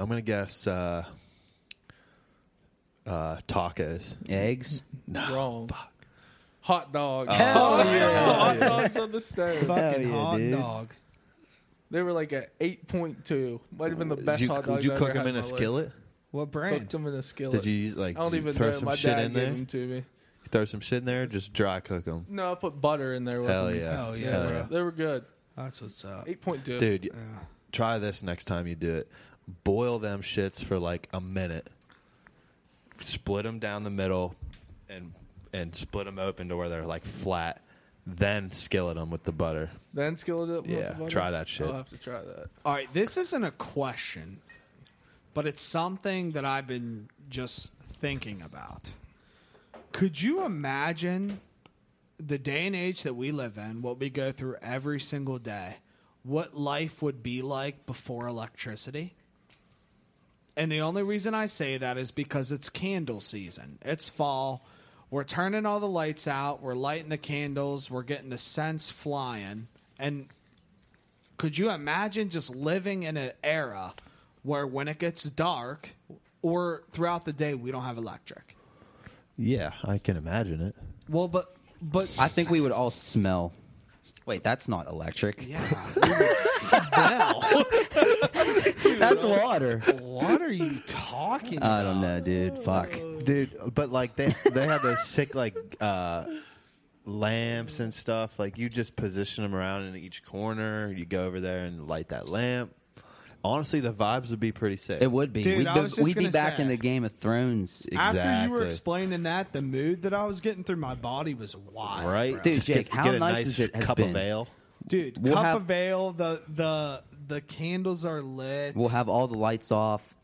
[SPEAKER 3] i'm gonna guess uh uh tacos
[SPEAKER 1] eggs.
[SPEAKER 4] Wrong. Hot
[SPEAKER 3] Oh,
[SPEAKER 4] dogs.
[SPEAKER 1] Hell
[SPEAKER 4] Hot dogs on the stove.
[SPEAKER 1] Hell
[SPEAKER 2] Fucking
[SPEAKER 1] yeah,
[SPEAKER 2] hot
[SPEAKER 1] dude.
[SPEAKER 2] dog.
[SPEAKER 4] They were like a 8.2. Might have been the best
[SPEAKER 3] did you,
[SPEAKER 4] hot
[SPEAKER 3] would
[SPEAKER 4] dogs
[SPEAKER 3] you
[SPEAKER 4] I've
[SPEAKER 3] cook
[SPEAKER 4] ever
[SPEAKER 3] them
[SPEAKER 4] had
[SPEAKER 3] in a
[SPEAKER 4] my life.
[SPEAKER 3] skillet
[SPEAKER 2] What brand?
[SPEAKER 4] Cooked them in a skillet.
[SPEAKER 3] did you use like
[SPEAKER 4] I don't
[SPEAKER 3] did you
[SPEAKER 4] even
[SPEAKER 3] throw
[SPEAKER 4] know.
[SPEAKER 3] some
[SPEAKER 4] My
[SPEAKER 3] shit
[SPEAKER 4] dad
[SPEAKER 3] in
[SPEAKER 4] gave
[SPEAKER 3] there
[SPEAKER 4] them to me.
[SPEAKER 3] throw some shit in there just dry cook them
[SPEAKER 4] No, I put butter in there with
[SPEAKER 3] hell
[SPEAKER 4] them.
[SPEAKER 3] yeah
[SPEAKER 2] Hell yeah,
[SPEAKER 3] hell
[SPEAKER 2] bro.
[SPEAKER 4] They were good.
[SPEAKER 2] That's what's Oh, up.
[SPEAKER 4] 8.2.
[SPEAKER 3] dude try this next time you do it boil them shits for like a minute, split them down the middle, and and split them open to where they're like flat. Then skillet them with the butter.
[SPEAKER 4] Then skillet up.
[SPEAKER 3] Yeah, try that shit.
[SPEAKER 4] I'll have to try that.
[SPEAKER 2] All right, this isn't a question, but it's something that I've been just thinking about. Could you imagine the day and age that we live in, what we go through every single day, what life would be like before electricity? And the only reason I say that is because it's candle season. It's fall. We're turning all the lights out. We're lighting the candles. We're getting the scents flying. And could you imagine just living in an era where when it gets dark or throughout the day we don't have electric
[SPEAKER 3] Yeah, I can imagine it.
[SPEAKER 2] well but but
[SPEAKER 1] I think we would all smell. Wait, that's not electric.
[SPEAKER 2] yeah we would smell
[SPEAKER 1] That's water.
[SPEAKER 2] what are you talking
[SPEAKER 1] I
[SPEAKER 2] about
[SPEAKER 1] don't know, dude. Fuck.
[SPEAKER 3] dude but like they they have those sick like uh lamps and stuff like you just position them around in each corner you go over there and light that lamp honestly the vibes would be pretty sick
[SPEAKER 1] It would be.
[SPEAKER 2] Dude,
[SPEAKER 1] we'd
[SPEAKER 2] I
[SPEAKER 1] be,
[SPEAKER 2] was just
[SPEAKER 1] we'd be
[SPEAKER 2] gonna
[SPEAKER 1] back
[SPEAKER 2] say.
[SPEAKER 1] in the Game of Thrones.
[SPEAKER 2] after you were
[SPEAKER 3] Exactly.
[SPEAKER 2] explaining that the mood that i was getting through my body was wild
[SPEAKER 3] right
[SPEAKER 1] Dude,
[SPEAKER 3] Just
[SPEAKER 1] Jake,
[SPEAKER 3] get,
[SPEAKER 1] how
[SPEAKER 3] get a
[SPEAKER 1] nice
[SPEAKER 3] nice
[SPEAKER 1] is it has
[SPEAKER 3] cup
[SPEAKER 1] been?
[SPEAKER 3] of ale
[SPEAKER 2] dude
[SPEAKER 1] We'll
[SPEAKER 2] cup
[SPEAKER 1] have-
[SPEAKER 2] of ale the the the candles are lit
[SPEAKER 1] We'll have all the lights off.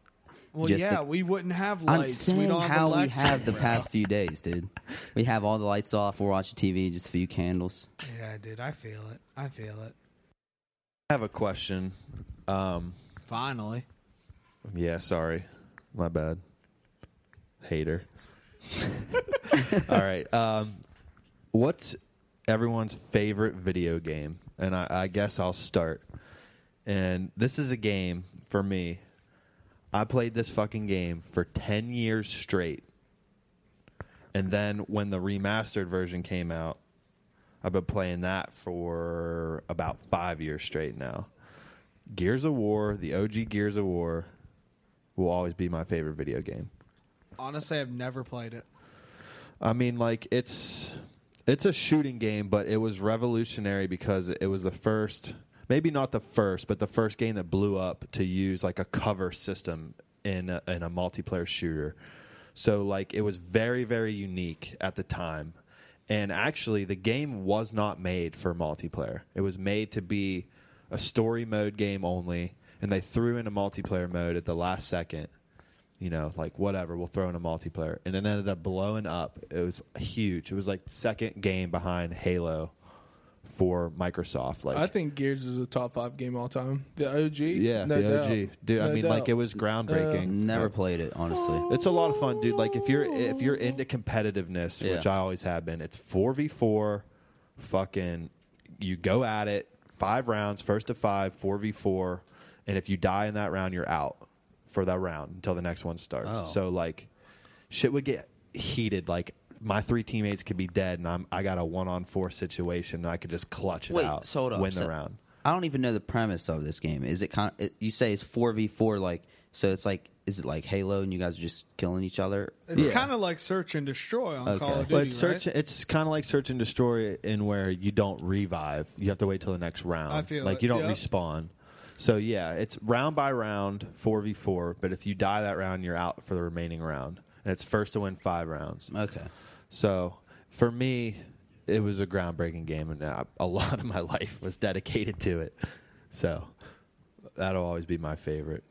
[SPEAKER 2] well
[SPEAKER 1] just
[SPEAKER 2] yeah
[SPEAKER 1] the-
[SPEAKER 2] we wouldn't have
[SPEAKER 1] I'm
[SPEAKER 2] lights we
[SPEAKER 1] saying
[SPEAKER 2] don't have
[SPEAKER 1] how we
[SPEAKER 2] electric,
[SPEAKER 1] have the
[SPEAKER 2] bro.
[SPEAKER 1] past few days, dude. We have all the lights off. We're watching TV, just a few candles.
[SPEAKER 2] yeah dude i feel it i feel it
[SPEAKER 3] i have a question um
[SPEAKER 2] finally
[SPEAKER 3] yeah sorry my bad hater all right um what's everyone's favorite video game? And I, I guess I'll start. And this is a game for me. I played this fucking game for 10 years straight. And then when the remastered version came out, I've been playing that for about five years straight now. Gears of War, the OG Gears of War, will always be my favorite video game.
[SPEAKER 2] honestly i've never played it
[SPEAKER 3] I mean, like it's it's a shooting game, but it was revolutionary because it was the first, maybe not the first, but the first game that blew up to use like a cover system in a, in a multiplayer shooter. So like it was very very unique at the time, and actually the game was not made for multiplayer. It was made to be a story mode game only, and they threw in a multiplayer mode at the last second you know, like whatever, we'll throw in a multiplayer. And it ended up blowing up. It was huge. It was like second game behind Halo for Microsoft. Like
[SPEAKER 4] I think Gears is a top five game all time. The OG,
[SPEAKER 3] Yeah,
[SPEAKER 4] no
[SPEAKER 3] the OG.
[SPEAKER 4] doubt.
[SPEAKER 3] Dude, I
[SPEAKER 4] No
[SPEAKER 3] mean like
[SPEAKER 4] doubt. Uh,
[SPEAKER 3] it was groundbreaking.
[SPEAKER 1] Never played it, honestly.
[SPEAKER 3] It's a lot of fun, dude. Like if you're if you're into competitiveness, which
[SPEAKER 1] Yeah.
[SPEAKER 3] I always have been, it's four v four. Fucking, you go at it five rounds, first to five, four v four, and if you die in that round, you're out for that round until the next one starts.
[SPEAKER 1] Oh.
[SPEAKER 3] So like, shit would get heated. Like my three teammates could be dead, and I'm I got a one on four situation. And I could just clutch it
[SPEAKER 1] Wait,
[SPEAKER 3] out,
[SPEAKER 1] so hold up.
[SPEAKER 3] win the
[SPEAKER 1] So-
[SPEAKER 3] round.
[SPEAKER 1] I don't even know the premise of this game. Is it kind? Of, it, you say it's four v four, like so. It's like is it like Halo, and you guys are just killing each other?
[SPEAKER 2] it's
[SPEAKER 3] Yeah.
[SPEAKER 2] kind of like search and destroy on
[SPEAKER 1] Okay.
[SPEAKER 2] call of duty
[SPEAKER 3] But it's
[SPEAKER 2] right?
[SPEAKER 3] search, it's kind of like search and destroy in where you don't revive. You have to wait till the next round.
[SPEAKER 2] I feel
[SPEAKER 3] like
[SPEAKER 2] it,
[SPEAKER 3] you don't
[SPEAKER 2] yeah.
[SPEAKER 3] respawn. So yeah, it's round by round, four v four. But if you die that round, you're out for the remaining round, and it's first to win five rounds.
[SPEAKER 1] Okay.
[SPEAKER 3] So for me, it was a groundbreaking game, and I, a lot of my life was dedicated to it. So that'll always be my favorite.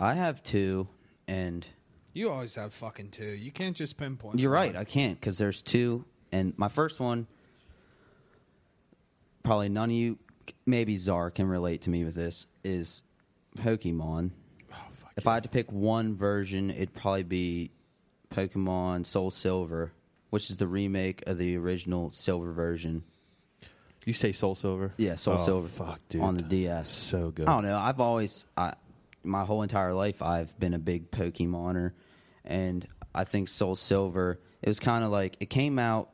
[SPEAKER 1] I have two, and
[SPEAKER 2] You always have fucking two. You can't just pinpoint.
[SPEAKER 1] you're
[SPEAKER 2] one.
[SPEAKER 1] right. I can't because there's two, and my first one. Probably none of you, maybe Czar can relate to me with this. Is Pokemon? if I had to pick one version, it'd probably be Pokemon Soul Silver, which is the remake of the original Silver version.
[SPEAKER 3] You say Soul Silver?
[SPEAKER 1] Yeah, Soul
[SPEAKER 3] Oh,
[SPEAKER 1] Silver.
[SPEAKER 3] Fuck, dude.
[SPEAKER 1] On the DS.
[SPEAKER 3] So good.
[SPEAKER 1] I don't know. I've always, I, my whole entire life, I've been a big Pokemoner, and I think Soul Silver. It was kind of like it came out.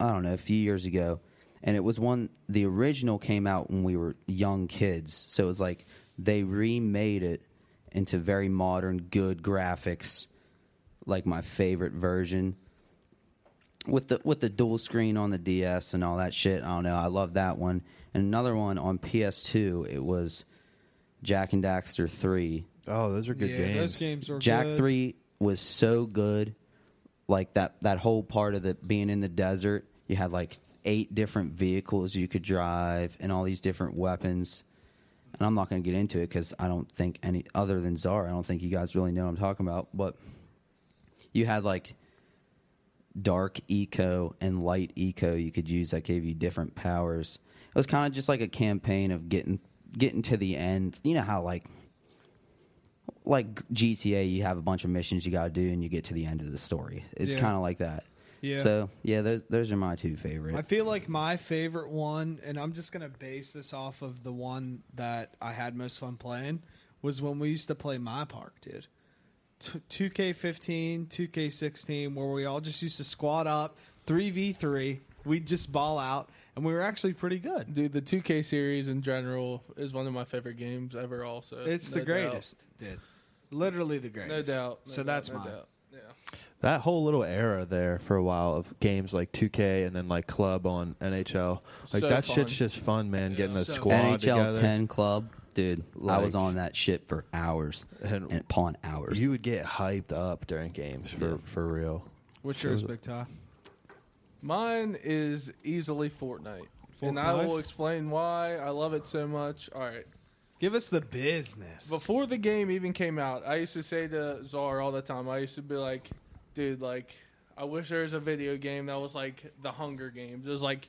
[SPEAKER 1] I don't know, a few years ago, and it was one. The original came out when we were young kids, so it was like they remade it into very modern, good graphics, like my favorite version with the with the dual screen on the DS and all that shit. I don't know. I love that one. And another one on PS2. It was Jack and Daxter three.
[SPEAKER 3] Oh, those are good
[SPEAKER 2] yeah,
[SPEAKER 3] games.
[SPEAKER 2] those games are
[SPEAKER 1] Jack
[SPEAKER 2] good.
[SPEAKER 1] Three was so good. Like that that whole part of the being in the desert, you had like eight different vehicles you could drive and all these different weapons. And I'm not going to get into it because I don't think any other than Czar, I don't think you guys really know what I'm talking about. But you had like dark eco and light eco you could use that gave you different powers. It was kind of just like a campaign of getting getting to the end. You know how like like GTA, you have a bunch of missions you got to do, and you get to the end of the story. It's
[SPEAKER 2] Yeah.
[SPEAKER 1] kind of like that.
[SPEAKER 2] Yeah.
[SPEAKER 1] So yeah, those those are my two favorite.
[SPEAKER 2] I feel like my favorite one, and I'm just gonna base this off of the one that I had most fun playing, was when we used to play my park, dude. Two K fifteen, two K sixteen, where we all just used to squad up, three v three. We'd just ball out, and we were actually pretty good.
[SPEAKER 4] Dude, the 2K series in general is one of my favorite games ever. Also,
[SPEAKER 2] It's
[SPEAKER 4] No
[SPEAKER 2] the
[SPEAKER 4] doubt.
[SPEAKER 2] greatest, dude. Literally the
[SPEAKER 4] No
[SPEAKER 2] greatest.
[SPEAKER 4] doubt. No
[SPEAKER 2] so
[SPEAKER 4] doubt,
[SPEAKER 2] that's
[SPEAKER 4] no
[SPEAKER 2] mine.
[SPEAKER 4] doubt. Yeah.
[SPEAKER 3] That whole little era there for a while of games like 2K and then like Club on NHL, like
[SPEAKER 4] So
[SPEAKER 3] that
[SPEAKER 4] fun.
[SPEAKER 3] shit's just fun, man. Getting a
[SPEAKER 2] So
[SPEAKER 3] squad
[SPEAKER 1] NHL
[SPEAKER 3] together,
[SPEAKER 1] ten club, dude. I was
[SPEAKER 3] Like-
[SPEAKER 1] on that shit for hours
[SPEAKER 3] And-
[SPEAKER 1] and, upon hours.
[SPEAKER 3] you would get hyped up during games for for real.
[SPEAKER 2] What's yours, Big Ty?
[SPEAKER 4] Mine is easily Fortnite. And I
[SPEAKER 2] Fortnite?
[SPEAKER 4] will explain why I love it so much. All right.
[SPEAKER 2] Give us the business.
[SPEAKER 4] Before the game even came out, I used to say to Czar all the time, I used to be like, dude, like, I wish there was a video game that was like the Hunger Games. It was like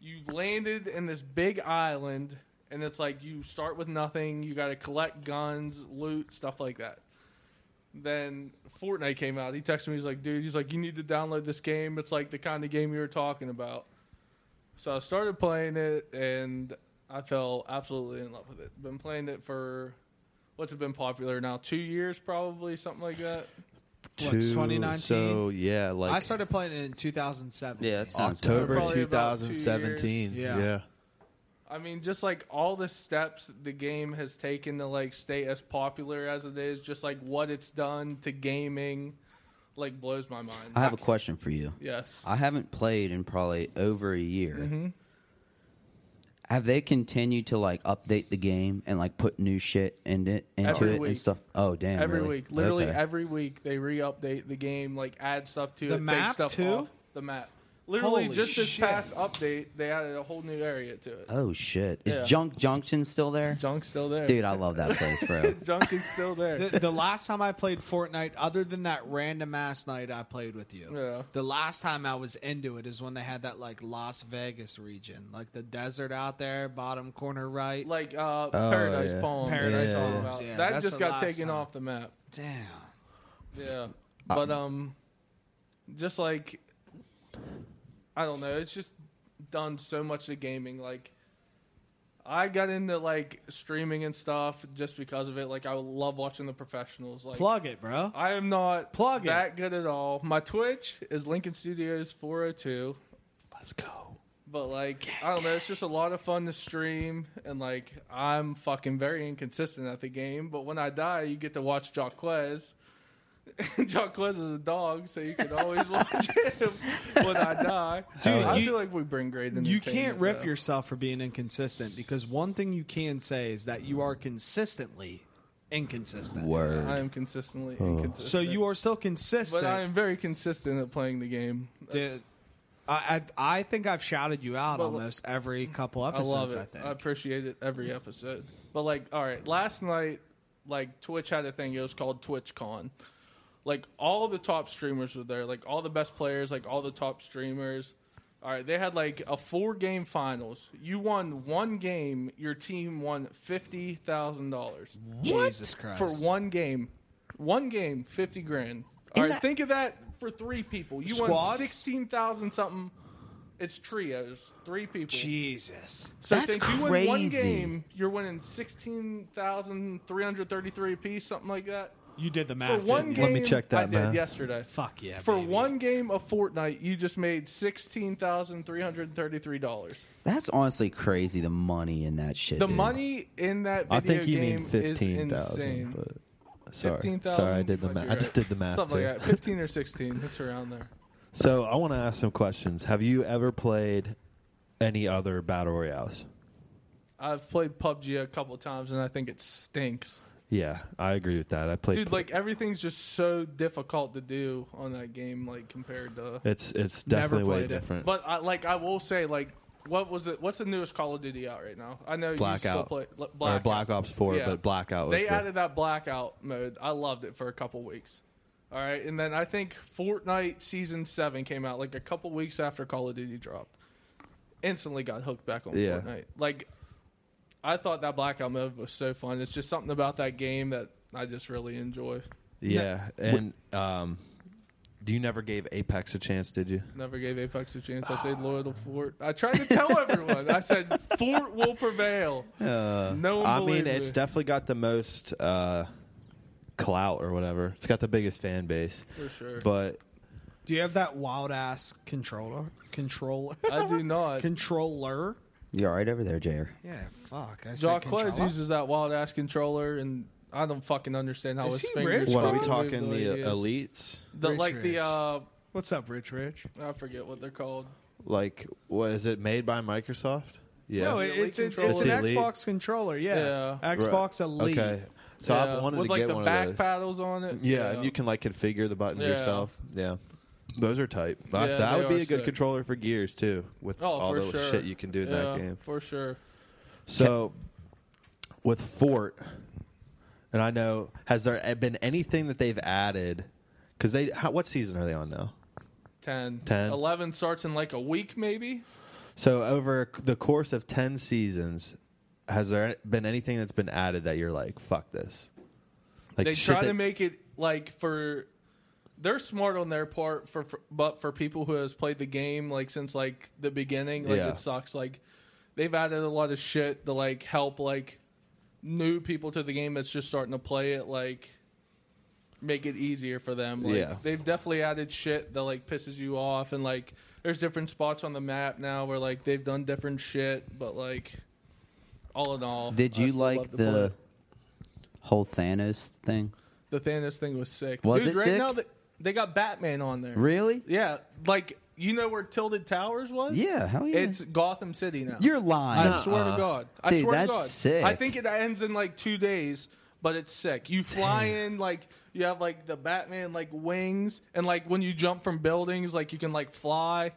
[SPEAKER 4] you landed in this big island, and it's like you start with nothing, you got to collect guns, loot, stuff like that. Then Fortnite came out. He texted me, he's like, dude, he's like, you need to download this game. It's like the kind of game you were talking about. So I started playing it, and I fell absolutely in love with it. Been playing it for what's it been popular now? Two years, probably something like that.
[SPEAKER 2] What,
[SPEAKER 3] Two-
[SPEAKER 2] 2019?
[SPEAKER 3] So yeah, like
[SPEAKER 2] I started playing it in 2007.
[SPEAKER 1] Yeah, that's- Sounds
[SPEAKER 4] better.
[SPEAKER 3] October
[SPEAKER 4] Probably about two
[SPEAKER 3] 2017.
[SPEAKER 2] years. Yeah.
[SPEAKER 3] yeah.
[SPEAKER 4] I mean, just like all the steps the game has taken to like stay as popular as it is, just like what it's done to gaming, like blows my mind.
[SPEAKER 1] I have a question for you.
[SPEAKER 4] yes.
[SPEAKER 1] I haven't played in probably over a year.
[SPEAKER 4] Mm-hmm.
[SPEAKER 1] Have they continued to like update the game and like put new shit in it into
[SPEAKER 4] Every
[SPEAKER 1] it
[SPEAKER 4] week.
[SPEAKER 1] and stuff? Oh damn!
[SPEAKER 4] every
[SPEAKER 1] really?
[SPEAKER 4] week, literally
[SPEAKER 1] Okay.
[SPEAKER 4] every week, they re-update the game, like add stuff to
[SPEAKER 2] The
[SPEAKER 4] it,
[SPEAKER 2] map,
[SPEAKER 4] take stuff
[SPEAKER 2] too?
[SPEAKER 4] off the map. Literally,
[SPEAKER 2] Holy
[SPEAKER 4] just this
[SPEAKER 2] shit.
[SPEAKER 4] past update, they added a whole new area to it.
[SPEAKER 1] Oh shit! Is
[SPEAKER 4] Yeah.
[SPEAKER 1] Junk Junction still there?
[SPEAKER 4] Junk's still there,
[SPEAKER 1] Dude, I love that place, bro.
[SPEAKER 4] Junk is still there.
[SPEAKER 2] the, the last time I played Fortnite, other than that random ass night I played with you,
[SPEAKER 4] Yeah.
[SPEAKER 2] the last time I was into it is when they had that like Las Vegas region, like the desert out there, bottom corner right.
[SPEAKER 4] like uh, Paradise
[SPEAKER 3] yeah.
[SPEAKER 4] Palms.
[SPEAKER 2] Paradise
[SPEAKER 4] that's all
[SPEAKER 2] Palms,
[SPEAKER 4] about.
[SPEAKER 2] Oh, yeah,
[SPEAKER 4] that
[SPEAKER 2] that's
[SPEAKER 4] just
[SPEAKER 2] the
[SPEAKER 4] got
[SPEAKER 2] last
[SPEAKER 4] taken
[SPEAKER 2] time.
[SPEAKER 4] off the map.
[SPEAKER 2] Damn. Uh,
[SPEAKER 4] Yeah, but um, just like I don't know, it's just done so much to gaming. Like I got into like streaming and stuff just because of it. Like I love watching the professionals. Like
[SPEAKER 2] Plug it, bro.
[SPEAKER 4] I am not
[SPEAKER 2] Plug it.
[SPEAKER 4] that good at all. My Twitch is Lincoln Studios 402.
[SPEAKER 3] Let's go.
[SPEAKER 4] But like I don't know, it's just a lot of fun to stream, and like I'm fucking very inconsistent at the game. But when I die, you get to watch Jacquez. Jacquez is a dog, so you can always watch him when I die.
[SPEAKER 2] Dude,
[SPEAKER 4] I
[SPEAKER 2] you-
[SPEAKER 4] feel like we bring great.
[SPEAKER 2] You can't
[SPEAKER 4] entertainment,
[SPEAKER 2] rip
[SPEAKER 4] though.
[SPEAKER 2] yourself for being inconsistent because one thing you can say is that you are consistently inconsistent.
[SPEAKER 1] Word.
[SPEAKER 4] I am consistently inconsistent.
[SPEAKER 2] So you are still
[SPEAKER 4] but
[SPEAKER 2] consistent.
[SPEAKER 4] I am very consistent at playing the game.
[SPEAKER 2] Dude, I, I I think I've shouted you out
[SPEAKER 4] But-
[SPEAKER 2] almost every couple
[SPEAKER 4] I
[SPEAKER 2] episodes. I,
[SPEAKER 4] love it. Uh,
[SPEAKER 2] think.
[SPEAKER 4] I appreciate it every episode. But like, all right, last night, like Twitch had a thing. It was called TwitchCon. Like all the top streamers were there. Like all the best players. Like all the top streamers. All right, they had like a four game finals. You won one game. Your team won fifty thousand dollars
[SPEAKER 2] Jesus Christ!
[SPEAKER 4] for one game. One game, fifty grand. All right, think of that for three people. You won
[SPEAKER 2] Squads?
[SPEAKER 4] sixteen thousand something. It's trios, three people.
[SPEAKER 2] Jesus.
[SPEAKER 4] So
[SPEAKER 1] That's
[SPEAKER 4] think you win one
[SPEAKER 1] crazy.
[SPEAKER 4] game, you're winning sixteen thousand three hundred thirty-three apiece, something like that.
[SPEAKER 2] You did the
[SPEAKER 4] For
[SPEAKER 2] math.
[SPEAKER 4] one
[SPEAKER 2] didn't
[SPEAKER 4] game,
[SPEAKER 2] you?
[SPEAKER 3] Let me check that
[SPEAKER 4] I did
[SPEAKER 3] math.
[SPEAKER 4] yesterday.
[SPEAKER 2] Fuck yeah.
[SPEAKER 4] For
[SPEAKER 2] baby.
[SPEAKER 4] one game of Fortnite, you just made sixteen thousand three hundred thirty-three dollars.
[SPEAKER 1] That's honestly crazy. The money in that shit.
[SPEAKER 4] The
[SPEAKER 1] dude.
[SPEAKER 4] money in that video
[SPEAKER 3] I think you
[SPEAKER 4] game
[SPEAKER 3] mean
[SPEAKER 4] is
[SPEAKER 3] fifteen
[SPEAKER 4] insane.
[SPEAKER 3] thousand. Sorry,
[SPEAKER 4] 15,000,
[SPEAKER 3] sorry, I did the
[SPEAKER 4] but
[SPEAKER 3] math.
[SPEAKER 4] you're
[SPEAKER 3] I just
[SPEAKER 4] right.
[SPEAKER 3] did the math.
[SPEAKER 4] Something
[SPEAKER 3] too.
[SPEAKER 4] like that, fifteen or sixteen. It's around there.
[SPEAKER 3] So I want to ask some questions. Have you ever played any other battle royales?
[SPEAKER 4] I've played PUBG a couple times, and I think it stinks.
[SPEAKER 3] Yeah, I agree with that. I played.
[SPEAKER 4] Dude, like everything's just so difficult to do on that game, like compared to.
[SPEAKER 3] it's it's
[SPEAKER 2] Never
[SPEAKER 3] definitely way
[SPEAKER 2] played it.
[SPEAKER 3] different.
[SPEAKER 4] But I, like I will say, like what was the what's the newest Call of Duty out right now? I know you still
[SPEAKER 3] Blackout
[SPEAKER 4] play li-
[SPEAKER 3] or
[SPEAKER 4] Blackout.
[SPEAKER 3] Black Ops Four,
[SPEAKER 4] Yeah.
[SPEAKER 3] but Blackout. Was
[SPEAKER 4] They
[SPEAKER 3] the-
[SPEAKER 4] added that blackout mode. I loved it for a couple weeks. All right, and then I think Fortnite season seven came out like a couple weeks after Call of Duty dropped. Instantly got hooked back on
[SPEAKER 3] Yeah.
[SPEAKER 4] Fortnite. Like, I thought that blackout mode was so fun. It's just something about that game that I just really enjoy.
[SPEAKER 3] Yeah, and um, do you never gave Apex a chance? Did you?
[SPEAKER 4] Never gave Apex a chance. I stayed loyal to Fort. I tried to tell everyone. I said Fort will prevail. no one.
[SPEAKER 3] Uh, I
[SPEAKER 4] believed
[SPEAKER 3] mean, it's
[SPEAKER 4] me.
[SPEAKER 3] definitely got the most uh, clout or whatever. It's got the biggest fan base.
[SPEAKER 4] for sure.
[SPEAKER 3] But
[SPEAKER 2] Do you have that wild ass controller? Controller?
[SPEAKER 4] I do not.
[SPEAKER 2] controller?
[SPEAKER 1] You all right over there, Jair?
[SPEAKER 2] Yeah, fuck. I said
[SPEAKER 4] Jacques Close
[SPEAKER 2] controller.
[SPEAKER 4] uses that wild ass controller, and I don't fucking understand how
[SPEAKER 2] Is
[SPEAKER 4] his
[SPEAKER 2] he
[SPEAKER 4] fingers.
[SPEAKER 2] rich?
[SPEAKER 3] what are we
[SPEAKER 4] fucking move
[SPEAKER 3] talking?
[SPEAKER 4] way
[SPEAKER 3] The
[SPEAKER 4] he is.
[SPEAKER 3] elites,
[SPEAKER 4] The-
[SPEAKER 2] Rich,
[SPEAKER 4] like
[SPEAKER 2] rich.
[SPEAKER 4] the uh,
[SPEAKER 2] What's up, Rich Rich?
[SPEAKER 4] I forget what they're called.
[SPEAKER 3] like what is it made by Microsoft? Yeah,
[SPEAKER 2] No, it-
[SPEAKER 4] Elite
[SPEAKER 2] it's, it's,
[SPEAKER 4] controller.
[SPEAKER 2] an
[SPEAKER 3] It's Elite?
[SPEAKER 2] Xbox controller, yeah.
[SPEAKER 4] Yeah.
[SPEAKER 2] Xbox Elite.
[SPEAKER 3] Okay, so
[SPEAKER 4] Yeah,
[SPEAKER 3] I wanted
[SPEAKER 4] with
[SPEAKER 3] to
[SPEAKER 4] like
[SPEAKER 3] get
[SPEAKER 4] the
[SPEAKER 3] one
[SPEAKER 4] back
[SPEAKER 3] of those.
[SPEAKER 4] paddles on it.
[SPEAKER 3] Yeah, and you can like configure the buttons
[SPEAKER 4] Yeah.
[SPEAKER 3] yourself. Yeah. Those are tight. That,
[SPEAKER 4] Yeah,
[SPEAKER 3] that
[SPEAKER 4] they
[SPEAKER 3] would be
[SPEAKER 4] are
[SPEAKER 3] a good
[SPEAKER 4] sick.
[SPEAKER 3] controller for Gears too, with
[SPEAKER 4] Oh,
[SPEAKER 3] all
[SPEAKER 4] for
[SPEAKER 3] the
[SPEAKER 4] sure.
[SPEAKER 3] shit you can do in that
[SPEAKER 4] Yeah,
[SPEAKER 3] game.
[SPEAKER 4] for sure.
[SPEAKER 3] So, with Fort, and I know, has there been anything that they've added? Because they, how, what season are they on now?
[SPEAKER 4] 10.
[SPEAKER 3] 10.
[SPEAKER 4] 11 starts in like a week, maybe.
[SPEAKER 3] So over the course of ten seasons, has there been anything that's been added that you're like, fuck this? Like
[SPEAKER 4] they
[SPEAKER 3] shit
[SPEAKER 4] try to
[SPEAKER 3] that-
[SPEAKER 4] make it like for they're smart on their part for, for but for people who has played the game like since like the beginning like
[SPEAKER 3] Yeah.
[SPEAKER 4] it sucks like they've added a lot of shit to like help like new people to the game that's just starting to play it like make it easier for them like
[SPEAKER 3] Yeah.
[SPEAKER 4] they've definitely added shit that like pisses you off and like there's different spots on the map now where like they've done different shit but like all in all
[SPEAKER 1] Did
[SPEAKER 4] I
[SPEAKER 1] you
[SPEAKER 4] still
[SPEAKER 1] like
[SPEAKER 4] love to play it.
[SPEAKER 1] the whole Thanos thing?
[SPEAKER 4] The Thanos thing was sick.
[SPEAKER 1] Was
[SPEAKER 4] Dude,
[SPEAKER 1] it
[SPEAKER 4] right
[SPEAKER 1] sick?
[SPEAKER 4] now they, they got Batman on there.
[SPEAKER 1] Really?
[SPEAKER 4] Yeah. Like you know where Tilted Towers was?
[SPEAKER 1] Yeah, hell yeah.
[SPEAKER 4] It's Gotham City now.
[SPEAKER 1] You're lying. Uh-uh.
[SPEAKER 4] I swear to God. I
[SPEAKER 1] Dude,
[SPEAKER 4] swear
[SPEAKER 1] that's
[SPEAKER 4] to God.
[SPEAKER 1] sick.
[SPEAKER 4] I think it ends in like two days, but it's sick. You fly in like you have like the Batman like wings and like when you jump from buildings, like you can like fly.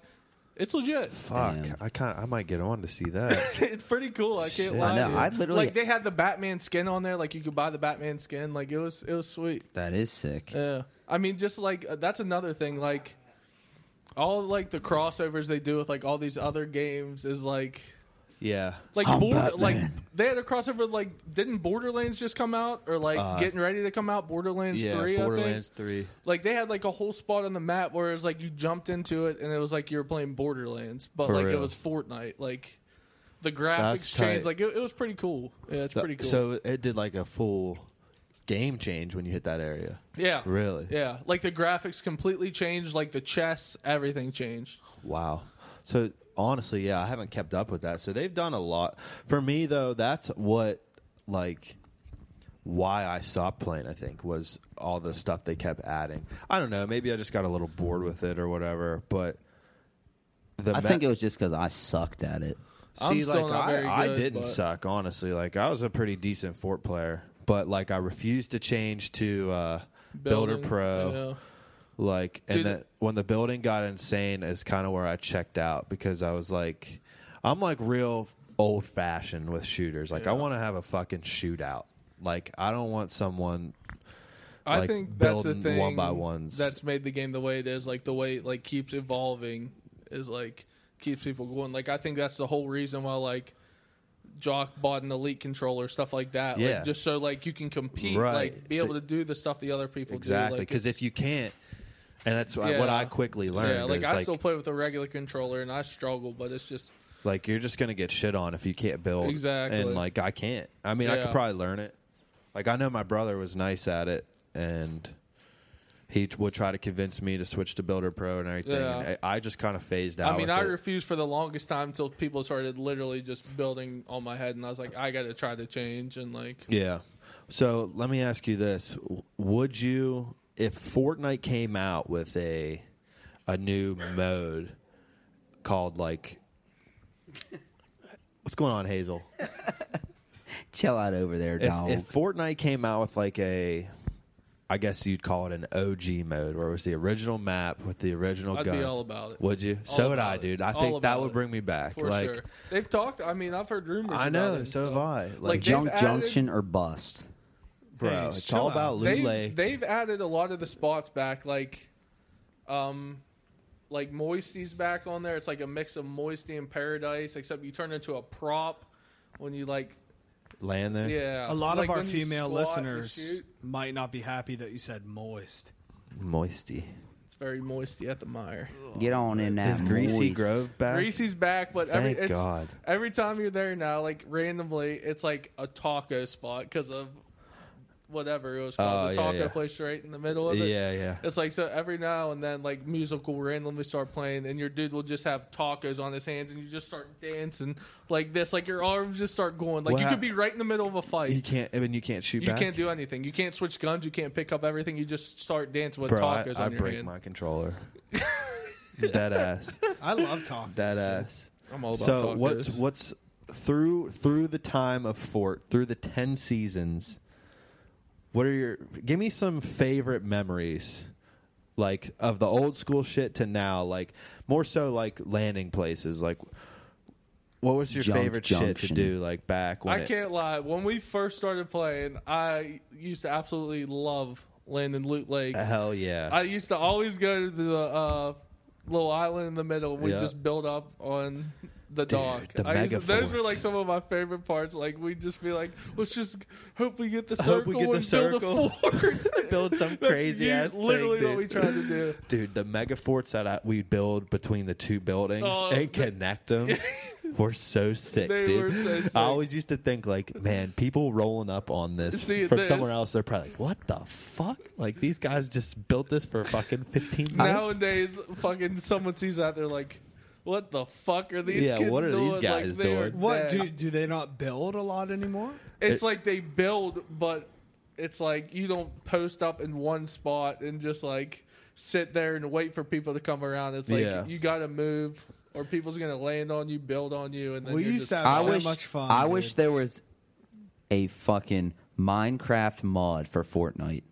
[SPEAKER 4] It's legit.
[SPEAKER 3] fuck.
[SPEAKER 1] Damn.
[SPEAKER 3] I kind I might get on to see that.
[SPEAKER 4] it's pretty cool. I can't
[SPEAKER 1] Shit.
[SPEAKER 4] lie.
[SPEAKER 1] I know.
[SPEAKER 4] dude.
[SPEAKER 1] I literally-
[SPEAKER 4] like they had the Batman skin on there. Like you could buy the Batman skin. Like it was it was sweet.
[SPEAKER 1] That is sick.
[SPEAKER 4] Yeah, I mean, just like uh, that's another thing. Like all like the crossovers they do with like all these other games is like
[SPEAKER 3] yeah.
[SPEAKER 4] like
[SPEAKER 1] I'm
[SPEAKER 4] border,
[SPEAKER 1] Batman.
[SPEAKER 4] like they had a crossover with, like didn't Borderlands just come out or like
[SPEAKER 3] Uh,
[SPEAKER 4] getting ready to come out Borderlands
[SPEAKER 3] yeah,
[SPEAKER 4] three
[SPEAKER 3] Borderlands
[SPEAKER 4] I think.
[SPEAKER 3] three.
[SPEAKER 4] Like they had like a whole spot on the map where it was like you jumped into it and it was like you were playing Borderlands, but
[SPEAKER 3] For
[SPEAKER 4] like it
[SPEAKER 3] real.
[SPEAKER 4] was Fortnite. Like the
[SPEAKER 3] That's
[SPEAKER 4] graphics changed.
[SPEAKER 3] tight.
[SPEAKER 4] Like it, it was pretty cool. Yeah, it's
[SPEAKER 3] Th-
[SPEAKER 4] pretty cool.
[SPEAKER 3] So it did like a full game change when you hit that area.
[SPEAKER 4] yeah,
[SPEAKER 3] Really?
[SPEAKER 4] Yeah, like the graphics completely changed. Like the chess, everything changed.
[SPEAKER 3] Wow. So honestly, yeah, I haven't kept up with that. So they've done a lot. For me though, that's what like why I stopped playing, I think, was all the stuff they kept adding. I don't know, maybe I just got a little bored with it or whatever, but the
[SPEAKER 1] I
[SPEAKER 3] me-
[SPEAKER 1] think it was just because I sucked at it.
[SPEAKER 3] See,
[SPEAKER 4] I'm still
[SPEAKER 3] like
[SPEAKER 4] not
[SPEAKER 3] I,
[SPEAKER 4] very
[SPEAKER 3] I
[SPEAKER 4] good,
[SPEAKER 3] didn't
[SPEAKER 4] but-
[SPEAKER 3] suck, honestly. Like I was a pretty decent fort player, but like I refused to change to uh Builder
[SPEAKER 4] Building,
[SPEAKER 3] Pro.
[SPEAKER 4] yeah.
[SPEAKER 3] like and
[SPEAKER 4] Dude,
[SPEAKER 3] the, when the building got insane is kind of where i checked out because i was like i'm like real old fashioned with shooters like i
[SPEAKER 4] Yeah.
[SPEAKER 3] want to have a fucking shootout like i don't want someone
[SPEAKER 4] I
[SPEAKER 3] like,
[SPEAKER 4] think that's the
[SPEAKER 3] building
[SPEAKER 4] thing.
[SPEAKER 3] one by ones.
[SPEAKER 4] That's made the game the way it is. Like the way it like keeps evolving is like keeps people going. Like I think that's the whole reason why like Jock bought an elite controller stuff like that.
[SPEAKER 3] Yeah.
[SPEAKER 4] Like, just so like you can compete.
[SPEAKER 3] Right.
[SPEAKER 4] Like be
[SPEAKER 3] So-
[SPEAKER 4] able to do the stuff the other people
[SPEAKER 3] exactly
[SPEAKER 4] do. Like,
[SPEAKER 3] because
[SPEAKER 4] it's-
[SPEAKER 3] if you can't and that's
[SPEAKER 4] Yeah.
[SPEAKER 3] what i quickly learned
[SPEAKER 4] yeah, like
[SPEAKER 3] is,
[SPEAKER 4] I
[SPEAKER 3] like,
[SPEAKER 4] still play with a regular controller and I struggle, but it's just
[SPEAKER 3] like, you're just gonna get shit on if you can't build
[SPEAKER 4] Exactly.
[SPEAKER 3] and like i can't i mean i
[SPEAKER 4] Yeah.
[SPEAKER 3] could probably learn it like i know my brother was nice at it and he t- would try to convince me to switch to builder pro and everything
[SPEAKER 4] Yeah.
[SPEAKER 3] and I, I just kind of phased out
[SPEAKER 4] I mean,
[SPEAKER 3] with
[SPEAKER 4] I
[SPEAKER 3] it.
[SPEAKER 4] refused for the longest time until people started literally just building on my head, and I was like, I got to try to change. And like,
[SPEAKER 3] Yeah. So let me ask you this: W- Would you, if Fortnite came out with a a new mode called like what's going on, Hazel?
[SPEAKER 1] Chill out over there,
[SPEAKER 3] If,
[SPEAKER 1] dog.
[SPEAKER 3] if Fortnite came out with like a, I guess you'd call it an OG mode, where it was the original map with the original
[SPEAKER 4] I'd be
[SPEAKER 3] guns.
[SPEAKER 4] all about it.
[SPEAKER 3] Would you?
[SPEAKER 4] All
[SPEAKER 3] so would
[SPEAKER 4] about
[SPEAKER 3] I,
[SPEAKER 4] it.
[SPEAKER 3] dude. I
[SPEAKER 4] All
[SPEAKER 3] think
[SPEAKER 4] about
[SPEAKER 3] that would
[SPEAKER 4] it.
[SPEAKER 3] bring me back.
[SPEAKER 4] for
[SPEAKER 3] like,
[SPEAKER 4] sure. They've talked. I mean, I've heard rumors.
[SPEAKER 3] I
[SPEAKER 4] about
[SPEAKER 3] know.
[SPEAKER 4] it and
[SPEAKER 3] So have
[SPEAKER 4] stuff.
[SPEAKER 3] I.
[SPEAKER 4] Like,
[SPEAKER 3] Like,
[SPEAKER 4] they've
[SPEAKER 1] Junk
[SPEAKER 4] added-
[SPEAKER 1] Junction or bust.
[SPEAKER 3] bro,
[SPEAKER 2] Hey,
[SPEAKER 3] it's
[SPEAKER 2] chill
[SPEAKER 3] all
[SPEAKER 2] out.
[SPEAKER 3] about loot
[SPEAKER 4] They've,
[SPEAKER 3] lake.
[SPEAKER 4] they've added a lot of the spots back, like, um, like Moisty's back on there. It's like a mix of Moisty and Paradise, except you turn into a prop when you like.
[SPEAKER 3] land there.
[SPEAKER 4] Yeah,
[SPEAKER 2] A lot
[SPEAKER 4] like
[SPEAKER 2] of our
[SPEAKER 4] when you
[SPEAKER 2] female
[SPEAKER 4] squat, you
[SPEAKER 2] listeners
[SPEAKER 4] shoot.
[SPEAKER 2] might not be happy that you said moist.
[SPEAKER 3] Moisty.
[SPEAKER 4] It's very Moisty at the mire.
[SPEAKER 1] Get on in that
[SPEAKER 3] Is Greasy
[SPEAKER 1] moist.
[SPEAKER 3] Grove back?
[SPEAKER 4] Greasy's back, but every
[SPEAKER 3] Thank
[SPEAKER 4] it's,
[SPEAKER 3] God.
[SPEAKER 4] every time you're there now, like randomly, it's like a taco spot because of whatever it was called,
[SPEAKER 3] Oh,
[SPEAKER 4] the
[SPEAKER 3] yeah,
[SPEAKER 4] taco
[SPEAKER 3] yeah.
[SPEAKER 4] place right in the middle of it.
[SPEAKER 3] Yeah, yeah.
[SPEAKER 4] It's like so every now and then, like music will randomly start playing, and your dude will just have tacos on his hands, and you just start dancing like this, like your arms just start going, like
[SPEAKER 3] What
[SPEAKER 4] you
[SPEAKER 3] hap-
[SPEAKER 4] could be right in the middle of a fight.
[SPEAKER 3] You can't. I mean, you can't shoot
[SPEAKER 4] You
[SPEAKER 3] back.
[SPEAKER 4] can't do anything. You can't switch guns. You can't pick up everything. You just start dancing with
[SPEAKER 3] Bro, I,
[SPEAKER 4] tacos
[SPEAKER 3] I
[SPEAKER 4] on your
[SPEAKER 3] break
[SPEAKER 4] hand.
[SPEAKER 3] my controller. Dead ass.
[SPEAKER 2] I love talking.
[SPEAKER 3] Dead ass.
[SPEAKER 4] I'm all about
[SPEAKER 3] So
[SPEAKER 4] tacos.
[SPEAKER 3] what's what's through through the time of Fort through the ten seasons? What are your? Give me some favorite memories, like of the old school shit to now. Like more so, like landing places. Like what was your
[SPEAKER 1] Junk
[SPEAKER 3] favorite shit to
[SPEAKER 1] Junction.
[SPEAKER 3] do? Like back when
[SPEAKER 4] I
[SPEAKER 3] it-
[SPEAKER 4] can't lie. When we first started playing, I used to absolutely love landing Loot Lake.
[SPEAKER 3] Hell yeah!
[SPEAKER 4] I used to always go to the uh, little island in the middle. We
[SPEAKER 3] Yeah.
[SPEAKER 4] just build up on the dock.
[SPEAKER 3] the
[SPEAKER 4] I used to-
[SPEAKER 3] mega
[SPEAKER 4] those were
[SPEAKER 3] forts.
[SPEAKER 4] like some of my favorite parts. Like we'd just be like, let's just hope we get the circle
[SPEAKER 3] hope we get the
[SPEAKER 4] and build a fort.
[SPEAKER 3] build some crazy
[SPEAKER 4] You-
[SPEAKER 3] ass.
[SPEAKER 4] Literally
[SPEAKER 3] thing,
[SPEAKER 4] what we
[SPEAKER 3] dude.
[SPEAKER 4] tried to do.
[SPEAKER 3] Dude, the mega forts that I, we build between the two buildings
[SPEAKER 4] Oh,
[SPEAKER 3] and
[SPEAKER 4] the-
[SPEAKER 3] connect them were so sick,
[SPEAKER 4] They
[SPEAKER 3] dude.
[SPEAKER 4] were so sick.
[SPEAKER 3] I always used to think, like, man, people rolling up on this
[SPEAKER 4] See,
[SPEAKER 3] from
[SPEAKER 4] there's-
[SPEAKER 3] somewhere else, they're probably like, what the fuck? Like, these guys just built this for fucking 15 minutes.
[SPEAKER 4] Nowadays, fucking someone sees that they're like, "What the fuck are these
[SPEAKER 3] Yeah,
[SPEAKER 4] kids
[SPEAKER 3] what are
[SPEAKER 4] doing?"
[SPEAKER 3] these guys
[SPEAKER 4] like, they are
[SPEAKER 3] doing?
[SPEAKER 2] What
[SPEAKER 4] dead.
[SPEAKER 2] do do they not build a lot anymore?
[SPEAKER 4] It's
[SPEAKER 3] It-
[SPEAKER 4] like they build, but it's like you don't post up in one spot and just like sit there and wait for people to come around. It's like
[SPEAKER 3] Yeah.
[SPEAKER 4] you got to move, or people's gonna land on you, build on you, and then
[SPEAKER 2] We
[SPEAKER 4] you're
[SPEAKER 2] used
[SPEAKER 4] just,
[SPEAKER 2] to have
[SPEAKER 1] I
[SPEAKER 2] so
[SPEAKER 1] wish.
[SPEAKER 2] much fun.
[SPEAKER 1] I
[SPEAKER 2] dude.
[SPEAKER 1] wish there was a fucking Minecraft mod for Fortnite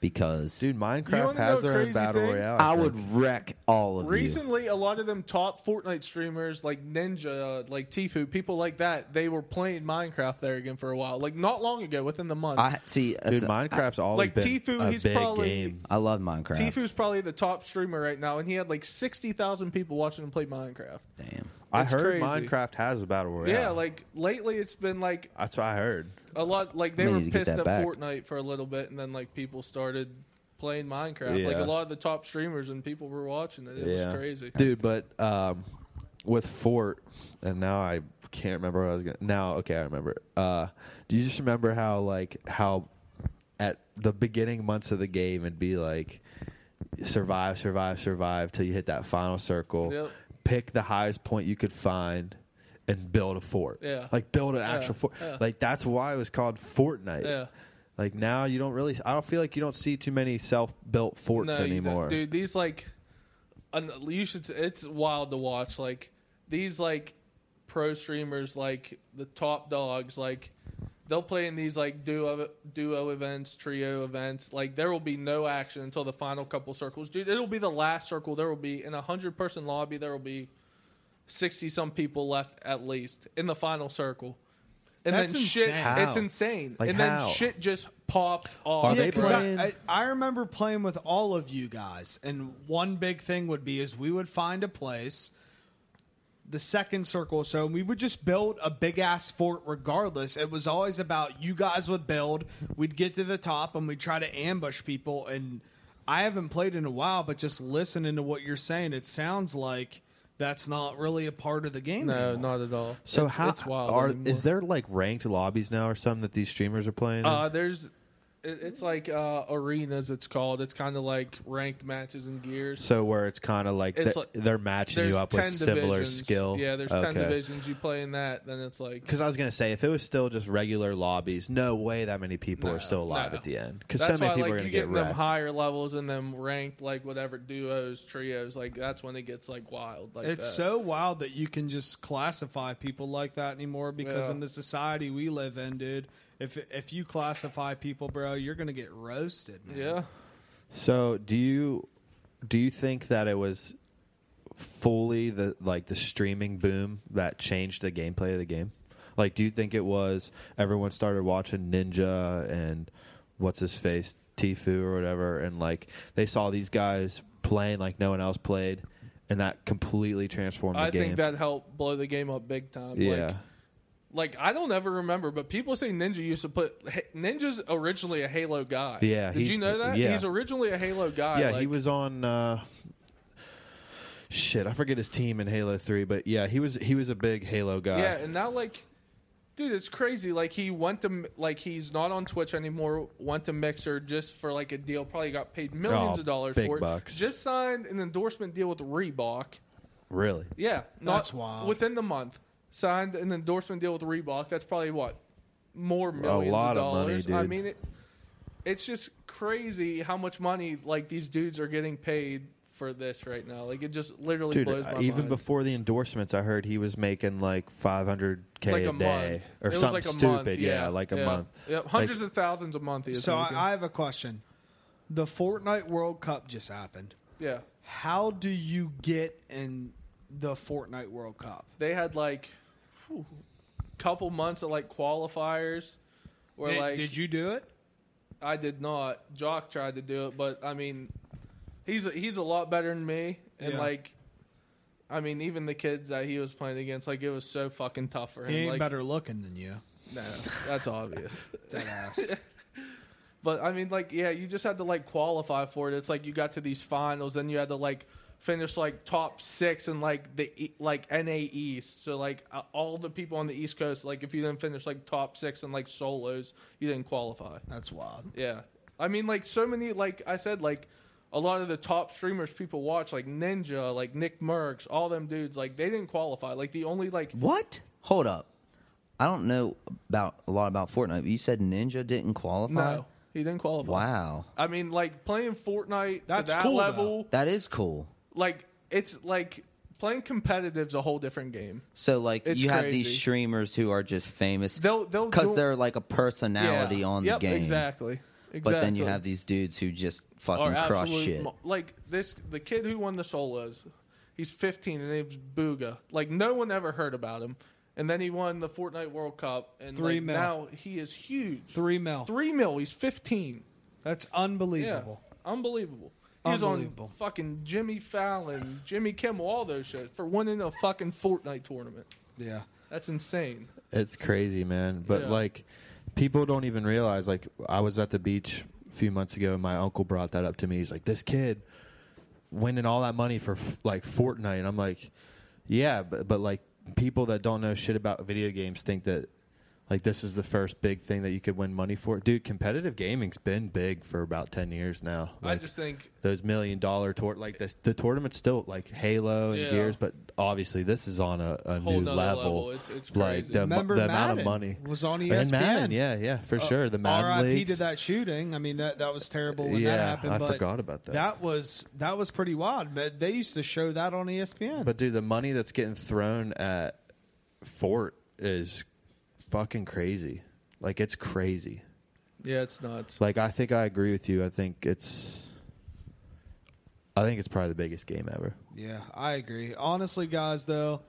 [SPEAKER 1] because
[SPEAKER 3] Dude,
[SPEAKER 4] You
[SPEAKER 3] Minecraft
[SPEAKER 4] wanna
[SPEAKER 3] has
[SPEAKER 4] know a
[SPEAKER 3] their own
[SPEAKER 4] crazy
[SPEAKER 3] battle
[SPEAKER 4] thing?
[SPEAKER 3] royale.
[SPEAKER 1] I
[SPEAKER 3] think.
[SPEAKER 1] would wreck all of you.
[SPEAKER 4] Recently, a lot of them top Fortnite streamers like Ninja, like Tfue, people like that, they were playing Minecraft there again for a while. Like not long ago, within the month.
[SPEAKER 1] I see.
[SPEAKER 3] Dude,
[SPEAKER 1] that's-
[SPEAKER 3] Minecraft's always
[SPEAKER 4] like
[SPEAKER 3] been
[SPEAKER 4] Tfue,
[SPEAKER 3] a
[SPEAKER 4] he's
[SPEAKER 3] big
[SPEAKER 4] probably-
[SPEAKER 3] game.
[SPEAKER 1] I love Minecraft.
[SPEAKER 4] Tfue's probably the top streamer right now, and he had like sixty thousand people watching him play Minecraft.
[SPEAKER 1] Damn.
[SPEAKER 3] I
[SPEAKER 4] It's
[SPEAKER 3] heard
[SPEAKER 4] crazy.
[SPEAKER 3] Minecraft has a battle royale.
[SPEAKER 4] Yeah, like lately it's been like
[SPEAKER 3] That's what I heard.
[SPEAKER 4] a lot. Like they
[SPEAKER 1] We
[SPEAKER 4] were
[SPEAKER 1] need to get
[SPEAKER 4] pissed
[SPEAKER 1] that
[SPEAKER 4] at
[SPEAKER 1] back.
[SPEAKER 4] Fortnite for a little bit, and then like people started playing Minecraft. Like a
[SPEAKER 3] Yeah.
[SPEAKER 4] lot of the top streamers and people were watching it. It was crazy.
[SPEAKER 3] dude. But um, with Fort, and now I can't remember what I was gonna. Now, okay, I remember. Uh, do you just remember how like how at the beginning months of the game it'd be like survive, survive, survive till you hit that final circle.
[SPEAKER 4] Yep.
[SPEAKER 3] Pick the highest point you could find. And build a fort,
[SPEAKER 4] Yeah.
[SPEAKER 3] Like build an actual fort,
[SPEAKER 4] yeah.
[SPEAKER 3] like that's why it was called Fortnite.
[SPEAKER 4] Yeah.
[SPEAKER 3] Like now you don't really, I don't feel like you don't see too many self-built forts
[SPEAKER 4] No, you don't-
[SPEAKER 3] anymore.
[SPEAKER 4] dude. These like, un- you should. s- It's wild to watch. Like these like pro streamers, like the top dogs, like. They'll play in these like duo duo events, trio events. Like there will be no action until the final couple circles, dude. It'll be the last circle. There will be in a hundred person lobby. There will be sixty some people left at least in the final circle, and
[SPEAKER 2] That's
[SPEAKER 4] then shit.
[SPEAKER 2] insane.
[SPEAKER 3] How?
[SPEAKER 4] It's insane,
[SPEAKER 3] Like,
[SPEAKER 4] and
[SPEAKER 3] how?
[SPEAKER 4] then shit just pops off.
[SPEAKER 3] Are
[SPEAKER 2] Yeah,
[SPEAKER 3] they
[SPEAKER 2] 'cause
[SPEAKER 3] playing-
[SPEAKER 2] I, I, I remember playing with all of you guys, and one big thing would be is we would find a place, the second circle, so we would just build a big ass fort regardless. It was always about you guys would build, we'd get to the top, and we'd try to ambush people. And I haven't played in a while, but just listening to what you're saying, it sounds like that's not really a part of the game.
[SPEAKER 4] No,
[SPEAKER 2] anymore.
[SPEAKER 4] not at all.
[SPEAKER 3] So
[SPEAKER 4] It's-
[SPEAKER 3] how
[SPEAKER 4] it's wild
[SPEAKER 3] are
[SPEAKER 4] anymore.
[SPEAKER 3] is there like ranked lobbies now or something that these streamers are playing? in?
[SPEAKER 4] Uh, there's It, it's like uh, arenas. It's called. It's kind of like ranked matches and gears.
[SPEAKER 3] So where it's kind of like,
[SPEAKER 4] It's
[SPEAKER 3] th-
[SPEAKER 4] like-
[SPEAKER 3] they're matching
[SPEAKER 4] There's
[SPEAKER 3] you up
[SPEAKER 4] 10
[SPEAKER 3] with similar
[SPEAKER 4] divisions.
[SPEAKER 3] skill.
[SPEAKER 4] Yeah, there's ten divisions. You play in that, then it's like
[SPEAKER 3] Because I was gonna say, if it was still just regular lobbies, no way that many people
[SPEAKER 4] No,
[SPEAKER 3] are still alive
[SPEAKER 4] no.
[SPEAKER 3] at the end. Because so
[SPEAKER 4] That's
[SPEAKER 3] many
[SPEAKER 4] why,
[SPEAKER 3] people
[SPEAKER 4] like,
[SPEAKER 3] are gonna
[SPEAKER 4] you get
[SPEAKER 3] get
[SPEAKER 4] in them
[SPEAKER 3] wrecked.
[SPEAKER 4] higher levels and them ranked like whatever duos, trios. Like that's when it gets like wild. Like
[SPEAKER 2] It's
[SPEAKER 4] that.
[SPEAKER 2] so wild that you can just classify people like that anymore because
[SPEAKER 4] Yeah.
[SPEAKER 2] in the society we live in, dude, if if you classify people, bro, you're gonna get roasted. Man.
[SPEAKER 4] yeah.
[SPEAKER 3] So do you do you think that it was fully the like the streaming boom that changed the gameplay of the game? Like, do you think it was everyone started watching Ninja and what's his face Tfue or whatever, and like they saw these guys playing like no one else played, and that completely transformed the
[SPEAKER 4] I
[SPEAKER 3] game?
[SPEAKER 4] think that helped blow the game up big time.
[SPEAKER 3] yeah.
[SPEAKER 4] Like, like I don't ever remember, but people say Ninja used to put H- Ninja's originally a Halo guy.
[SPEAKER 3] Yeah,
[SPEAKER 4] did you
[SPEAKER 3] he's-
[SPEAKER 4] know that?
[SPEAKER 3] yeah.
[SPEAKER 4] he's originally a Halo guy.
[SPEAKER 3] Yeah, he
[SPEAKER 4] like-
[SPEAKER 3] was on. Uh, shit, I forget his team in Halo Three, but yeah, he was he was a big Halo guy.
[SPEAKER 4] Yeah, and now like, dude, it's crazy. Like he went to like he's not on Twitch anymore. Went to Mixer just for like a deal. Probably got paid millions
[SPEAKER 3] Oh,
[SPEAKER 4] of dollars
[SPEAKER 3] big
[SPEAKER 4] for it.
[SPEAKER 3] bucks.
[SPEAKER 4] Just signed an endorsement deal with Reebok.
[SPEAKER 3] really.
[SPEAKER 4] Yeah, not
[SPEAKER 2] That's wild.
[SPEAKER 4] Within the month, signed an endorsement deal with Reebok. That's probably what more millions
[SPEAKER 3] lot of money,
[SPEAKER 4] dollars. I
[SPEAKER 3] dude.
[SPEAKER 4] mean, it, it's just crazy how much money like these dudes are getting paid for this right now. Like it just literally
[SPEAKER 3] Dude,
[SPEAKER 4] blows my
[SPEAKER 3] uh, even
[SPEAKER 4] mind.
[SPEAKER 3] before the endorsements, I heard he was making like 500k
[SPEAKER 4] like
[SPEAKER 3] a,
[SPEAKER 4] a,
[SPEAKER 3] day
[SPEAKER 4] month
[SPEAKER 3] or
[SPEAKER 4] it
[SPEAKER 3] something
[SPEAKER 4] was like a
[SPEAKER 3] stupid.
[SPEAKER 4] Month,
[SPEAKER 3] yeah,
[SPEAKER 4] yeah,
[SPEAKER 3] like a
[SPEAKER 4] yeah.
[SPEAKER 3] month.
[SPEAKER 4] Yep, hundreds of thousands a month. He was
[SPEAKER 2] So
[SPEAKER 4] making.
[SPEAKER 2] I, I have a question. The Fortnite World Cup just happened.
[SPEAKER 4] yeah,
[SPEAKER 2] How do you get in the Fortnite World Cup?
[SPEAKER 4] they had like whew, couple months of like qualifiers. Where
[SPEAKER 2] Did,
[SPEAKER 4] like
[SPEAKER 2] did you do it?
[SPEAKER 4] I did not. Jock tried to do it, but I mean, he's a, he's a lot better than me, and
[SPEAKER 2] Yeah.
[SPEAKER 4] like, I mean, even the kids that he was playing against, like, it was so fucking tough for him.
[SPEAKER 2] He ain't
[SPEAKER 4] like,
[SPEAKER 2] better looking than you.
[SPEAKER 4] No, that's obvious.
[SPEAKER 2] That ass.
[SPEAKER 4] But I mean, like, yeah, you just had to like qualify for it. It's like you got to these finals, then you had to like finish like top six and like the E- like NA East. So like uh, all the people on the East Coast, like if you didn't finish like top six and like solos, you didn't qualify.
[SPEAKER 2] That's wild.
[SPEAKER 4] Yeah. I mean, like, so many, like I said, like, a lot of the top streamers people watch, like Ninja, like Nick Merckx, all them dudes, like, they didn't qualify. Like, the only, like,
[SPEAKER 1] What? Hold up. I don't know about a lot about Fortnite. But you said Ninja didn't qualify.
[SPEAKER 4] no, he didn't qualify.
[SPEAKER 1] Wow,
[SPEAKER 4] I mean, like, playing Fortnite
[SPEAKER 2] That's
[SPEAKER 4] to that
[SPEAKER 2] cool,
[SPEAKER 4] level,
[SPEAKER 1] that is cool.
[SPEAKER 4] like, it's like playing competitive's a whole different game.
[SPEAKER 1] So like
[SPEAKER 4] It's
[SPEAKER 1] you have these
[SPEAKER 4] crazy.
[SPEAKER 1] streamers who are just famous
[SPEAKER 4] They'll, they'll,
[SPEAKER 1] because
[SPEAKER 4] join-
[SPEAKER 1] they're like a personality
[SPEAKER 4] Yeah.
[SPEAKER 1] on
[SPEAKER 4] Yep,
[SPEAKER 1] the game.
[SPEAKER 4] Exactly. Exactly.
[SPEAKER 1] But then you have these dudes who just
[SPEAKER 4] Are
[SPEAKER 1] fucking crush
[SPEAKER 4] absolute
[SPEAKER 1] shit.
[SPEAKER 4] mo- like this, the kid who won the solos, he's 15 and name's Booga. Like no one ever heard about him, and then he won the Fortnite World Cup, and
[SPEAKER 2] Three
[SPEAKER 4] like,
[SPEAKER 2] mil.
[SPEAKER 4] now he is huge.
[SPEAKER 2] Three mil.
[SPEAKER 4] Three mil. He's 15.
[SPEAKER 2] That's
[SPEAKER 4] Yeah,
[SPEAKER 2] unbelievable.
[SPEAKER 4] unbelievable. He was on
[SPEAKER 2] Unbelievable.
[SPEAKER 4] fucking Jimmy Fallon, Jimmy Kimmel, all those shows for winning a fucking Fortnite tournament.
[SPEAKER 2] Yeah.
[SPEAKER 4] That's insane.
[SPEAKER 3] It's crazy, man. But
[SPEAKER 4] Yeah.
[SPEAKER 3] like, people don't even realize. Like, I was at the beach a few months ago, and my uncle brought that up to me. He's like, "This kid winning all that money for f- like Fortnite," and I'm like, "Yeah, but but like, people that don't know shit about video games think that." Like this is the first big thing that you could win money for, dude. Competitive gaming's been big for about ten years now.
[SPEAKER 4] I
[SPEAKER 3] Like,
[SPEAKER 4] just think
[SPEAKER 3] those million dollar tour like the, the tournament's still like Halo and
[SPEAKER 4] Yeah.
[SPEAKER 3] Gears, but obviously this is on a, a
[SPEAKER 4] Whole
[SPEAKER 3] new
[SPEAKER 4] nother
[SPEAKER 3] level.
[SPEAKER 4] level. It's- it's
[SPEAKER 3] like
[SPEAKER 4] crazy.
[SPEAKER 3] the, mo-
[SPEAKER 2] Remember
[SPEAKER 3] the amount of
[SPEAKER 2] Madden
[SPEAKER 3] money
[SPEAKER 2] was on E
[SPEAKER 3] And Madden,
[SPEAKER 2] ESPN.
[SPEAKER 3] yeah, yeah, for
[SPEAKER 2] Uh, Oh,
[SPEAKER 3] sure. The Madden
[SPEAKER 2] RIP
[SPEAKER 3] leagues.
[SPEAKER 2] to that shooting. I mean that that was terrible when
[SPEAKER 3] Yeah,
[SPEAKER 2] that happened.
[SPEAKER 3] I
[SPEAKER 2] but
[SPEAKER 3] forgot about that.
[SPEAKER 2] That was that was pretty wild. But they used to show that on E ESPN.
[SPEAKER 3] But dude, the money that's getting thrown at Fort is fucking crazy. Like it's crazy.
[SPEAKER 4] yeah, it's nuts.
[SPEAKER 3] Like I think I agree with you. I think it's, I think it's probably the biggest game ever.
[SPEAKER 2] yeah, I agree. Honestly, guys, though,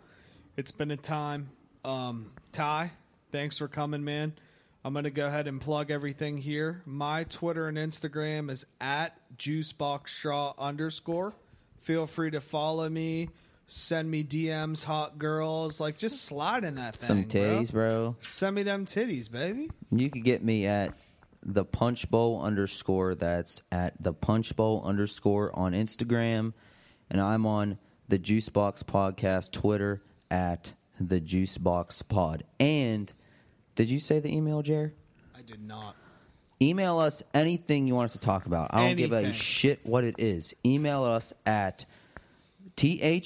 [SPEAKER 2] it's been a time. Um, Ty, thanks for coming, man. I'm gonna go ahead and plug everything here. My Twitter and Instagram is at juiceboxshaw underscore. Feel free to follow me. Send me DMs, hot girls. Like just slide in that thing.
[SPEAKER 1] Some
[SPEAKER 2] bro.
[SPEAKER 1] titties, bro.
[SPEAKER 2] Send me them titties, baby.
[SPEAKER 1] You could get me at the punch bowl underscore. That's at the punch bowl underscore on Instagram. And I'm on the Juicebox Podcast Twitter at the Juicebox Pod. And did you say the email, Jer?
[SPEAKER 2] I did not.
[SPEAKER 1] Email us anything you want us to talk about. I don't give a
[SPEAKER 2] Anything.
[SPEAKER 1] shit what it is. Email us at THA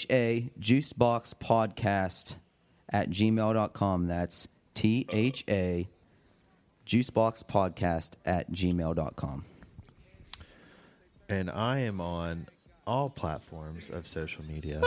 [SPEAKER 1] Podcast at gmail.com. That's THA Podcast at gmail.com.
[SPEAKER 3] and I am on all platforms of social media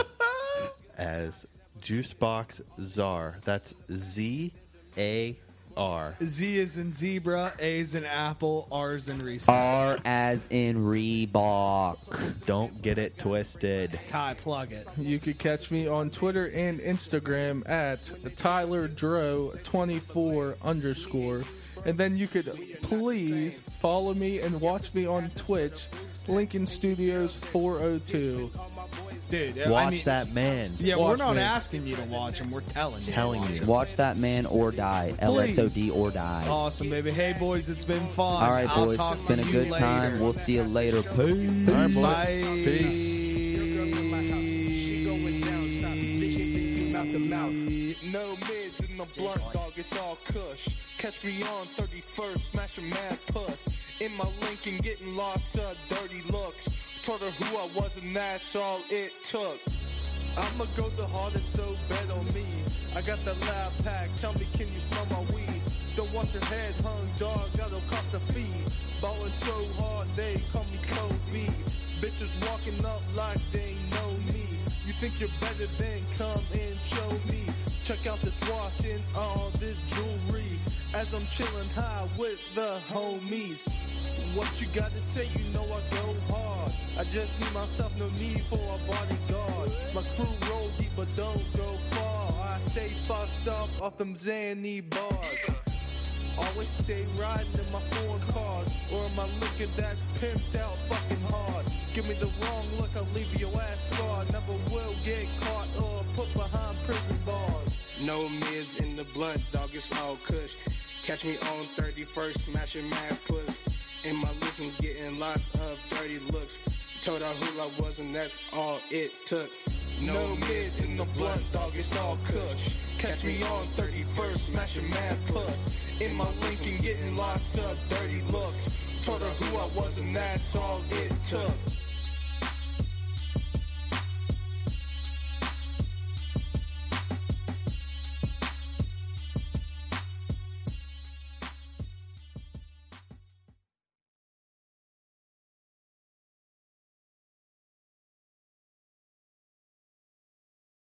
[SPEAKER 3] as Juicebox Czar. That's Z A R.
[SPEAKER 2] Z is in zebra, A's in apple, R's in respect.
[SPEAKER 1] R as in Reebok.
[SPEAKER 3] Don't get it twisted.
[SPEAKER 2] Ty, plug it.
[SPEAKER 4] You could catch me on Twitter and Instagram at Tyler Dro24 underscore. And then you could please follow me and watch me on Twitch, Lincoln Studios 402.
[SPEAKER 2] Dude,
[SPEAKER 3] Watch
[SPEAKER 2] I mean,
[SPEAKER 3] that man.
[SPEAKER 2] Yeah, we're
[SPEAKER 4] Watch
[SPEAKER 2] not
[SPEAKER 4] me.
[SPEAKER 2] asking you to watch him. We're telling you.
[SPEAKER 3] Telling
[SPEAKER 2] to watch
[SPEAKER 3] you.
[SPEAKER 2] him.
[SPEAKER 1] Watch that man or die. LSOD or die.
[SPEAKER 2] Awesome, baby. Hey, boys, it's been fun.
[SPEAKER 1] All right,
[SPEAKER 2] I'll
[SPEAKER 1] boys.
[SPEAKER 2] talk
[SPEAKER 1] It's been
[SPEAKER 2] to
[SPEAKER 1] a
[SPEAKER 2] you
[SPEAKER 1] good
[SPEAKER 2] later.
[SPEAKER 1] time. We'll see you later. Peace.
[SPEAKER 2] Bye.
[SPEAKER 5] Your girl in my house, she going down south. Vision thinking out the mouth.
[SPEAKER 6] No mids in the blunt, dog. It's all cush. Catch me on 31st, smashing mad puss. In my Lincoln, getting lots of dirty looks. Told her who I was, and that's all it took. I'ma go the hardest, so bet on me. I got that loud pack, tell me, can you smell my weed? Don't want your head hung, dog, that'll cost a fee. Ballin' so hard, they call me Kobe. Bitches walking up like they know me. You think you're better than come and show me. Check out this watch and all this jewelry. As I'm chillin' high with the homies. What you gotta say, you know I go hard. I just need myself, no need for a bodyguard. My crew roll deep, but don't go far. I stay fucked up off them Xanny bars. Always stay riding in my foreign cars, or am I looking that's pimped out fucking hard? Give me the wrong look, I'll leave your ass scarred. Never will get caught or put behind prison bars.
[SPEAKER 5] No mids in the blunt, dog, it's all cush. Catch me on 31st, smashing mad puss. In my looking, getting lots of dirty looks. Told her who I was, and that's all it took.
[SPEAKER 6] No mids in the blunt, dog, it's all cush. Catch me on 31st, smashing mad puss. In my Lincoln, getting lots of dirty looks. Told her who I was, and that's all it took.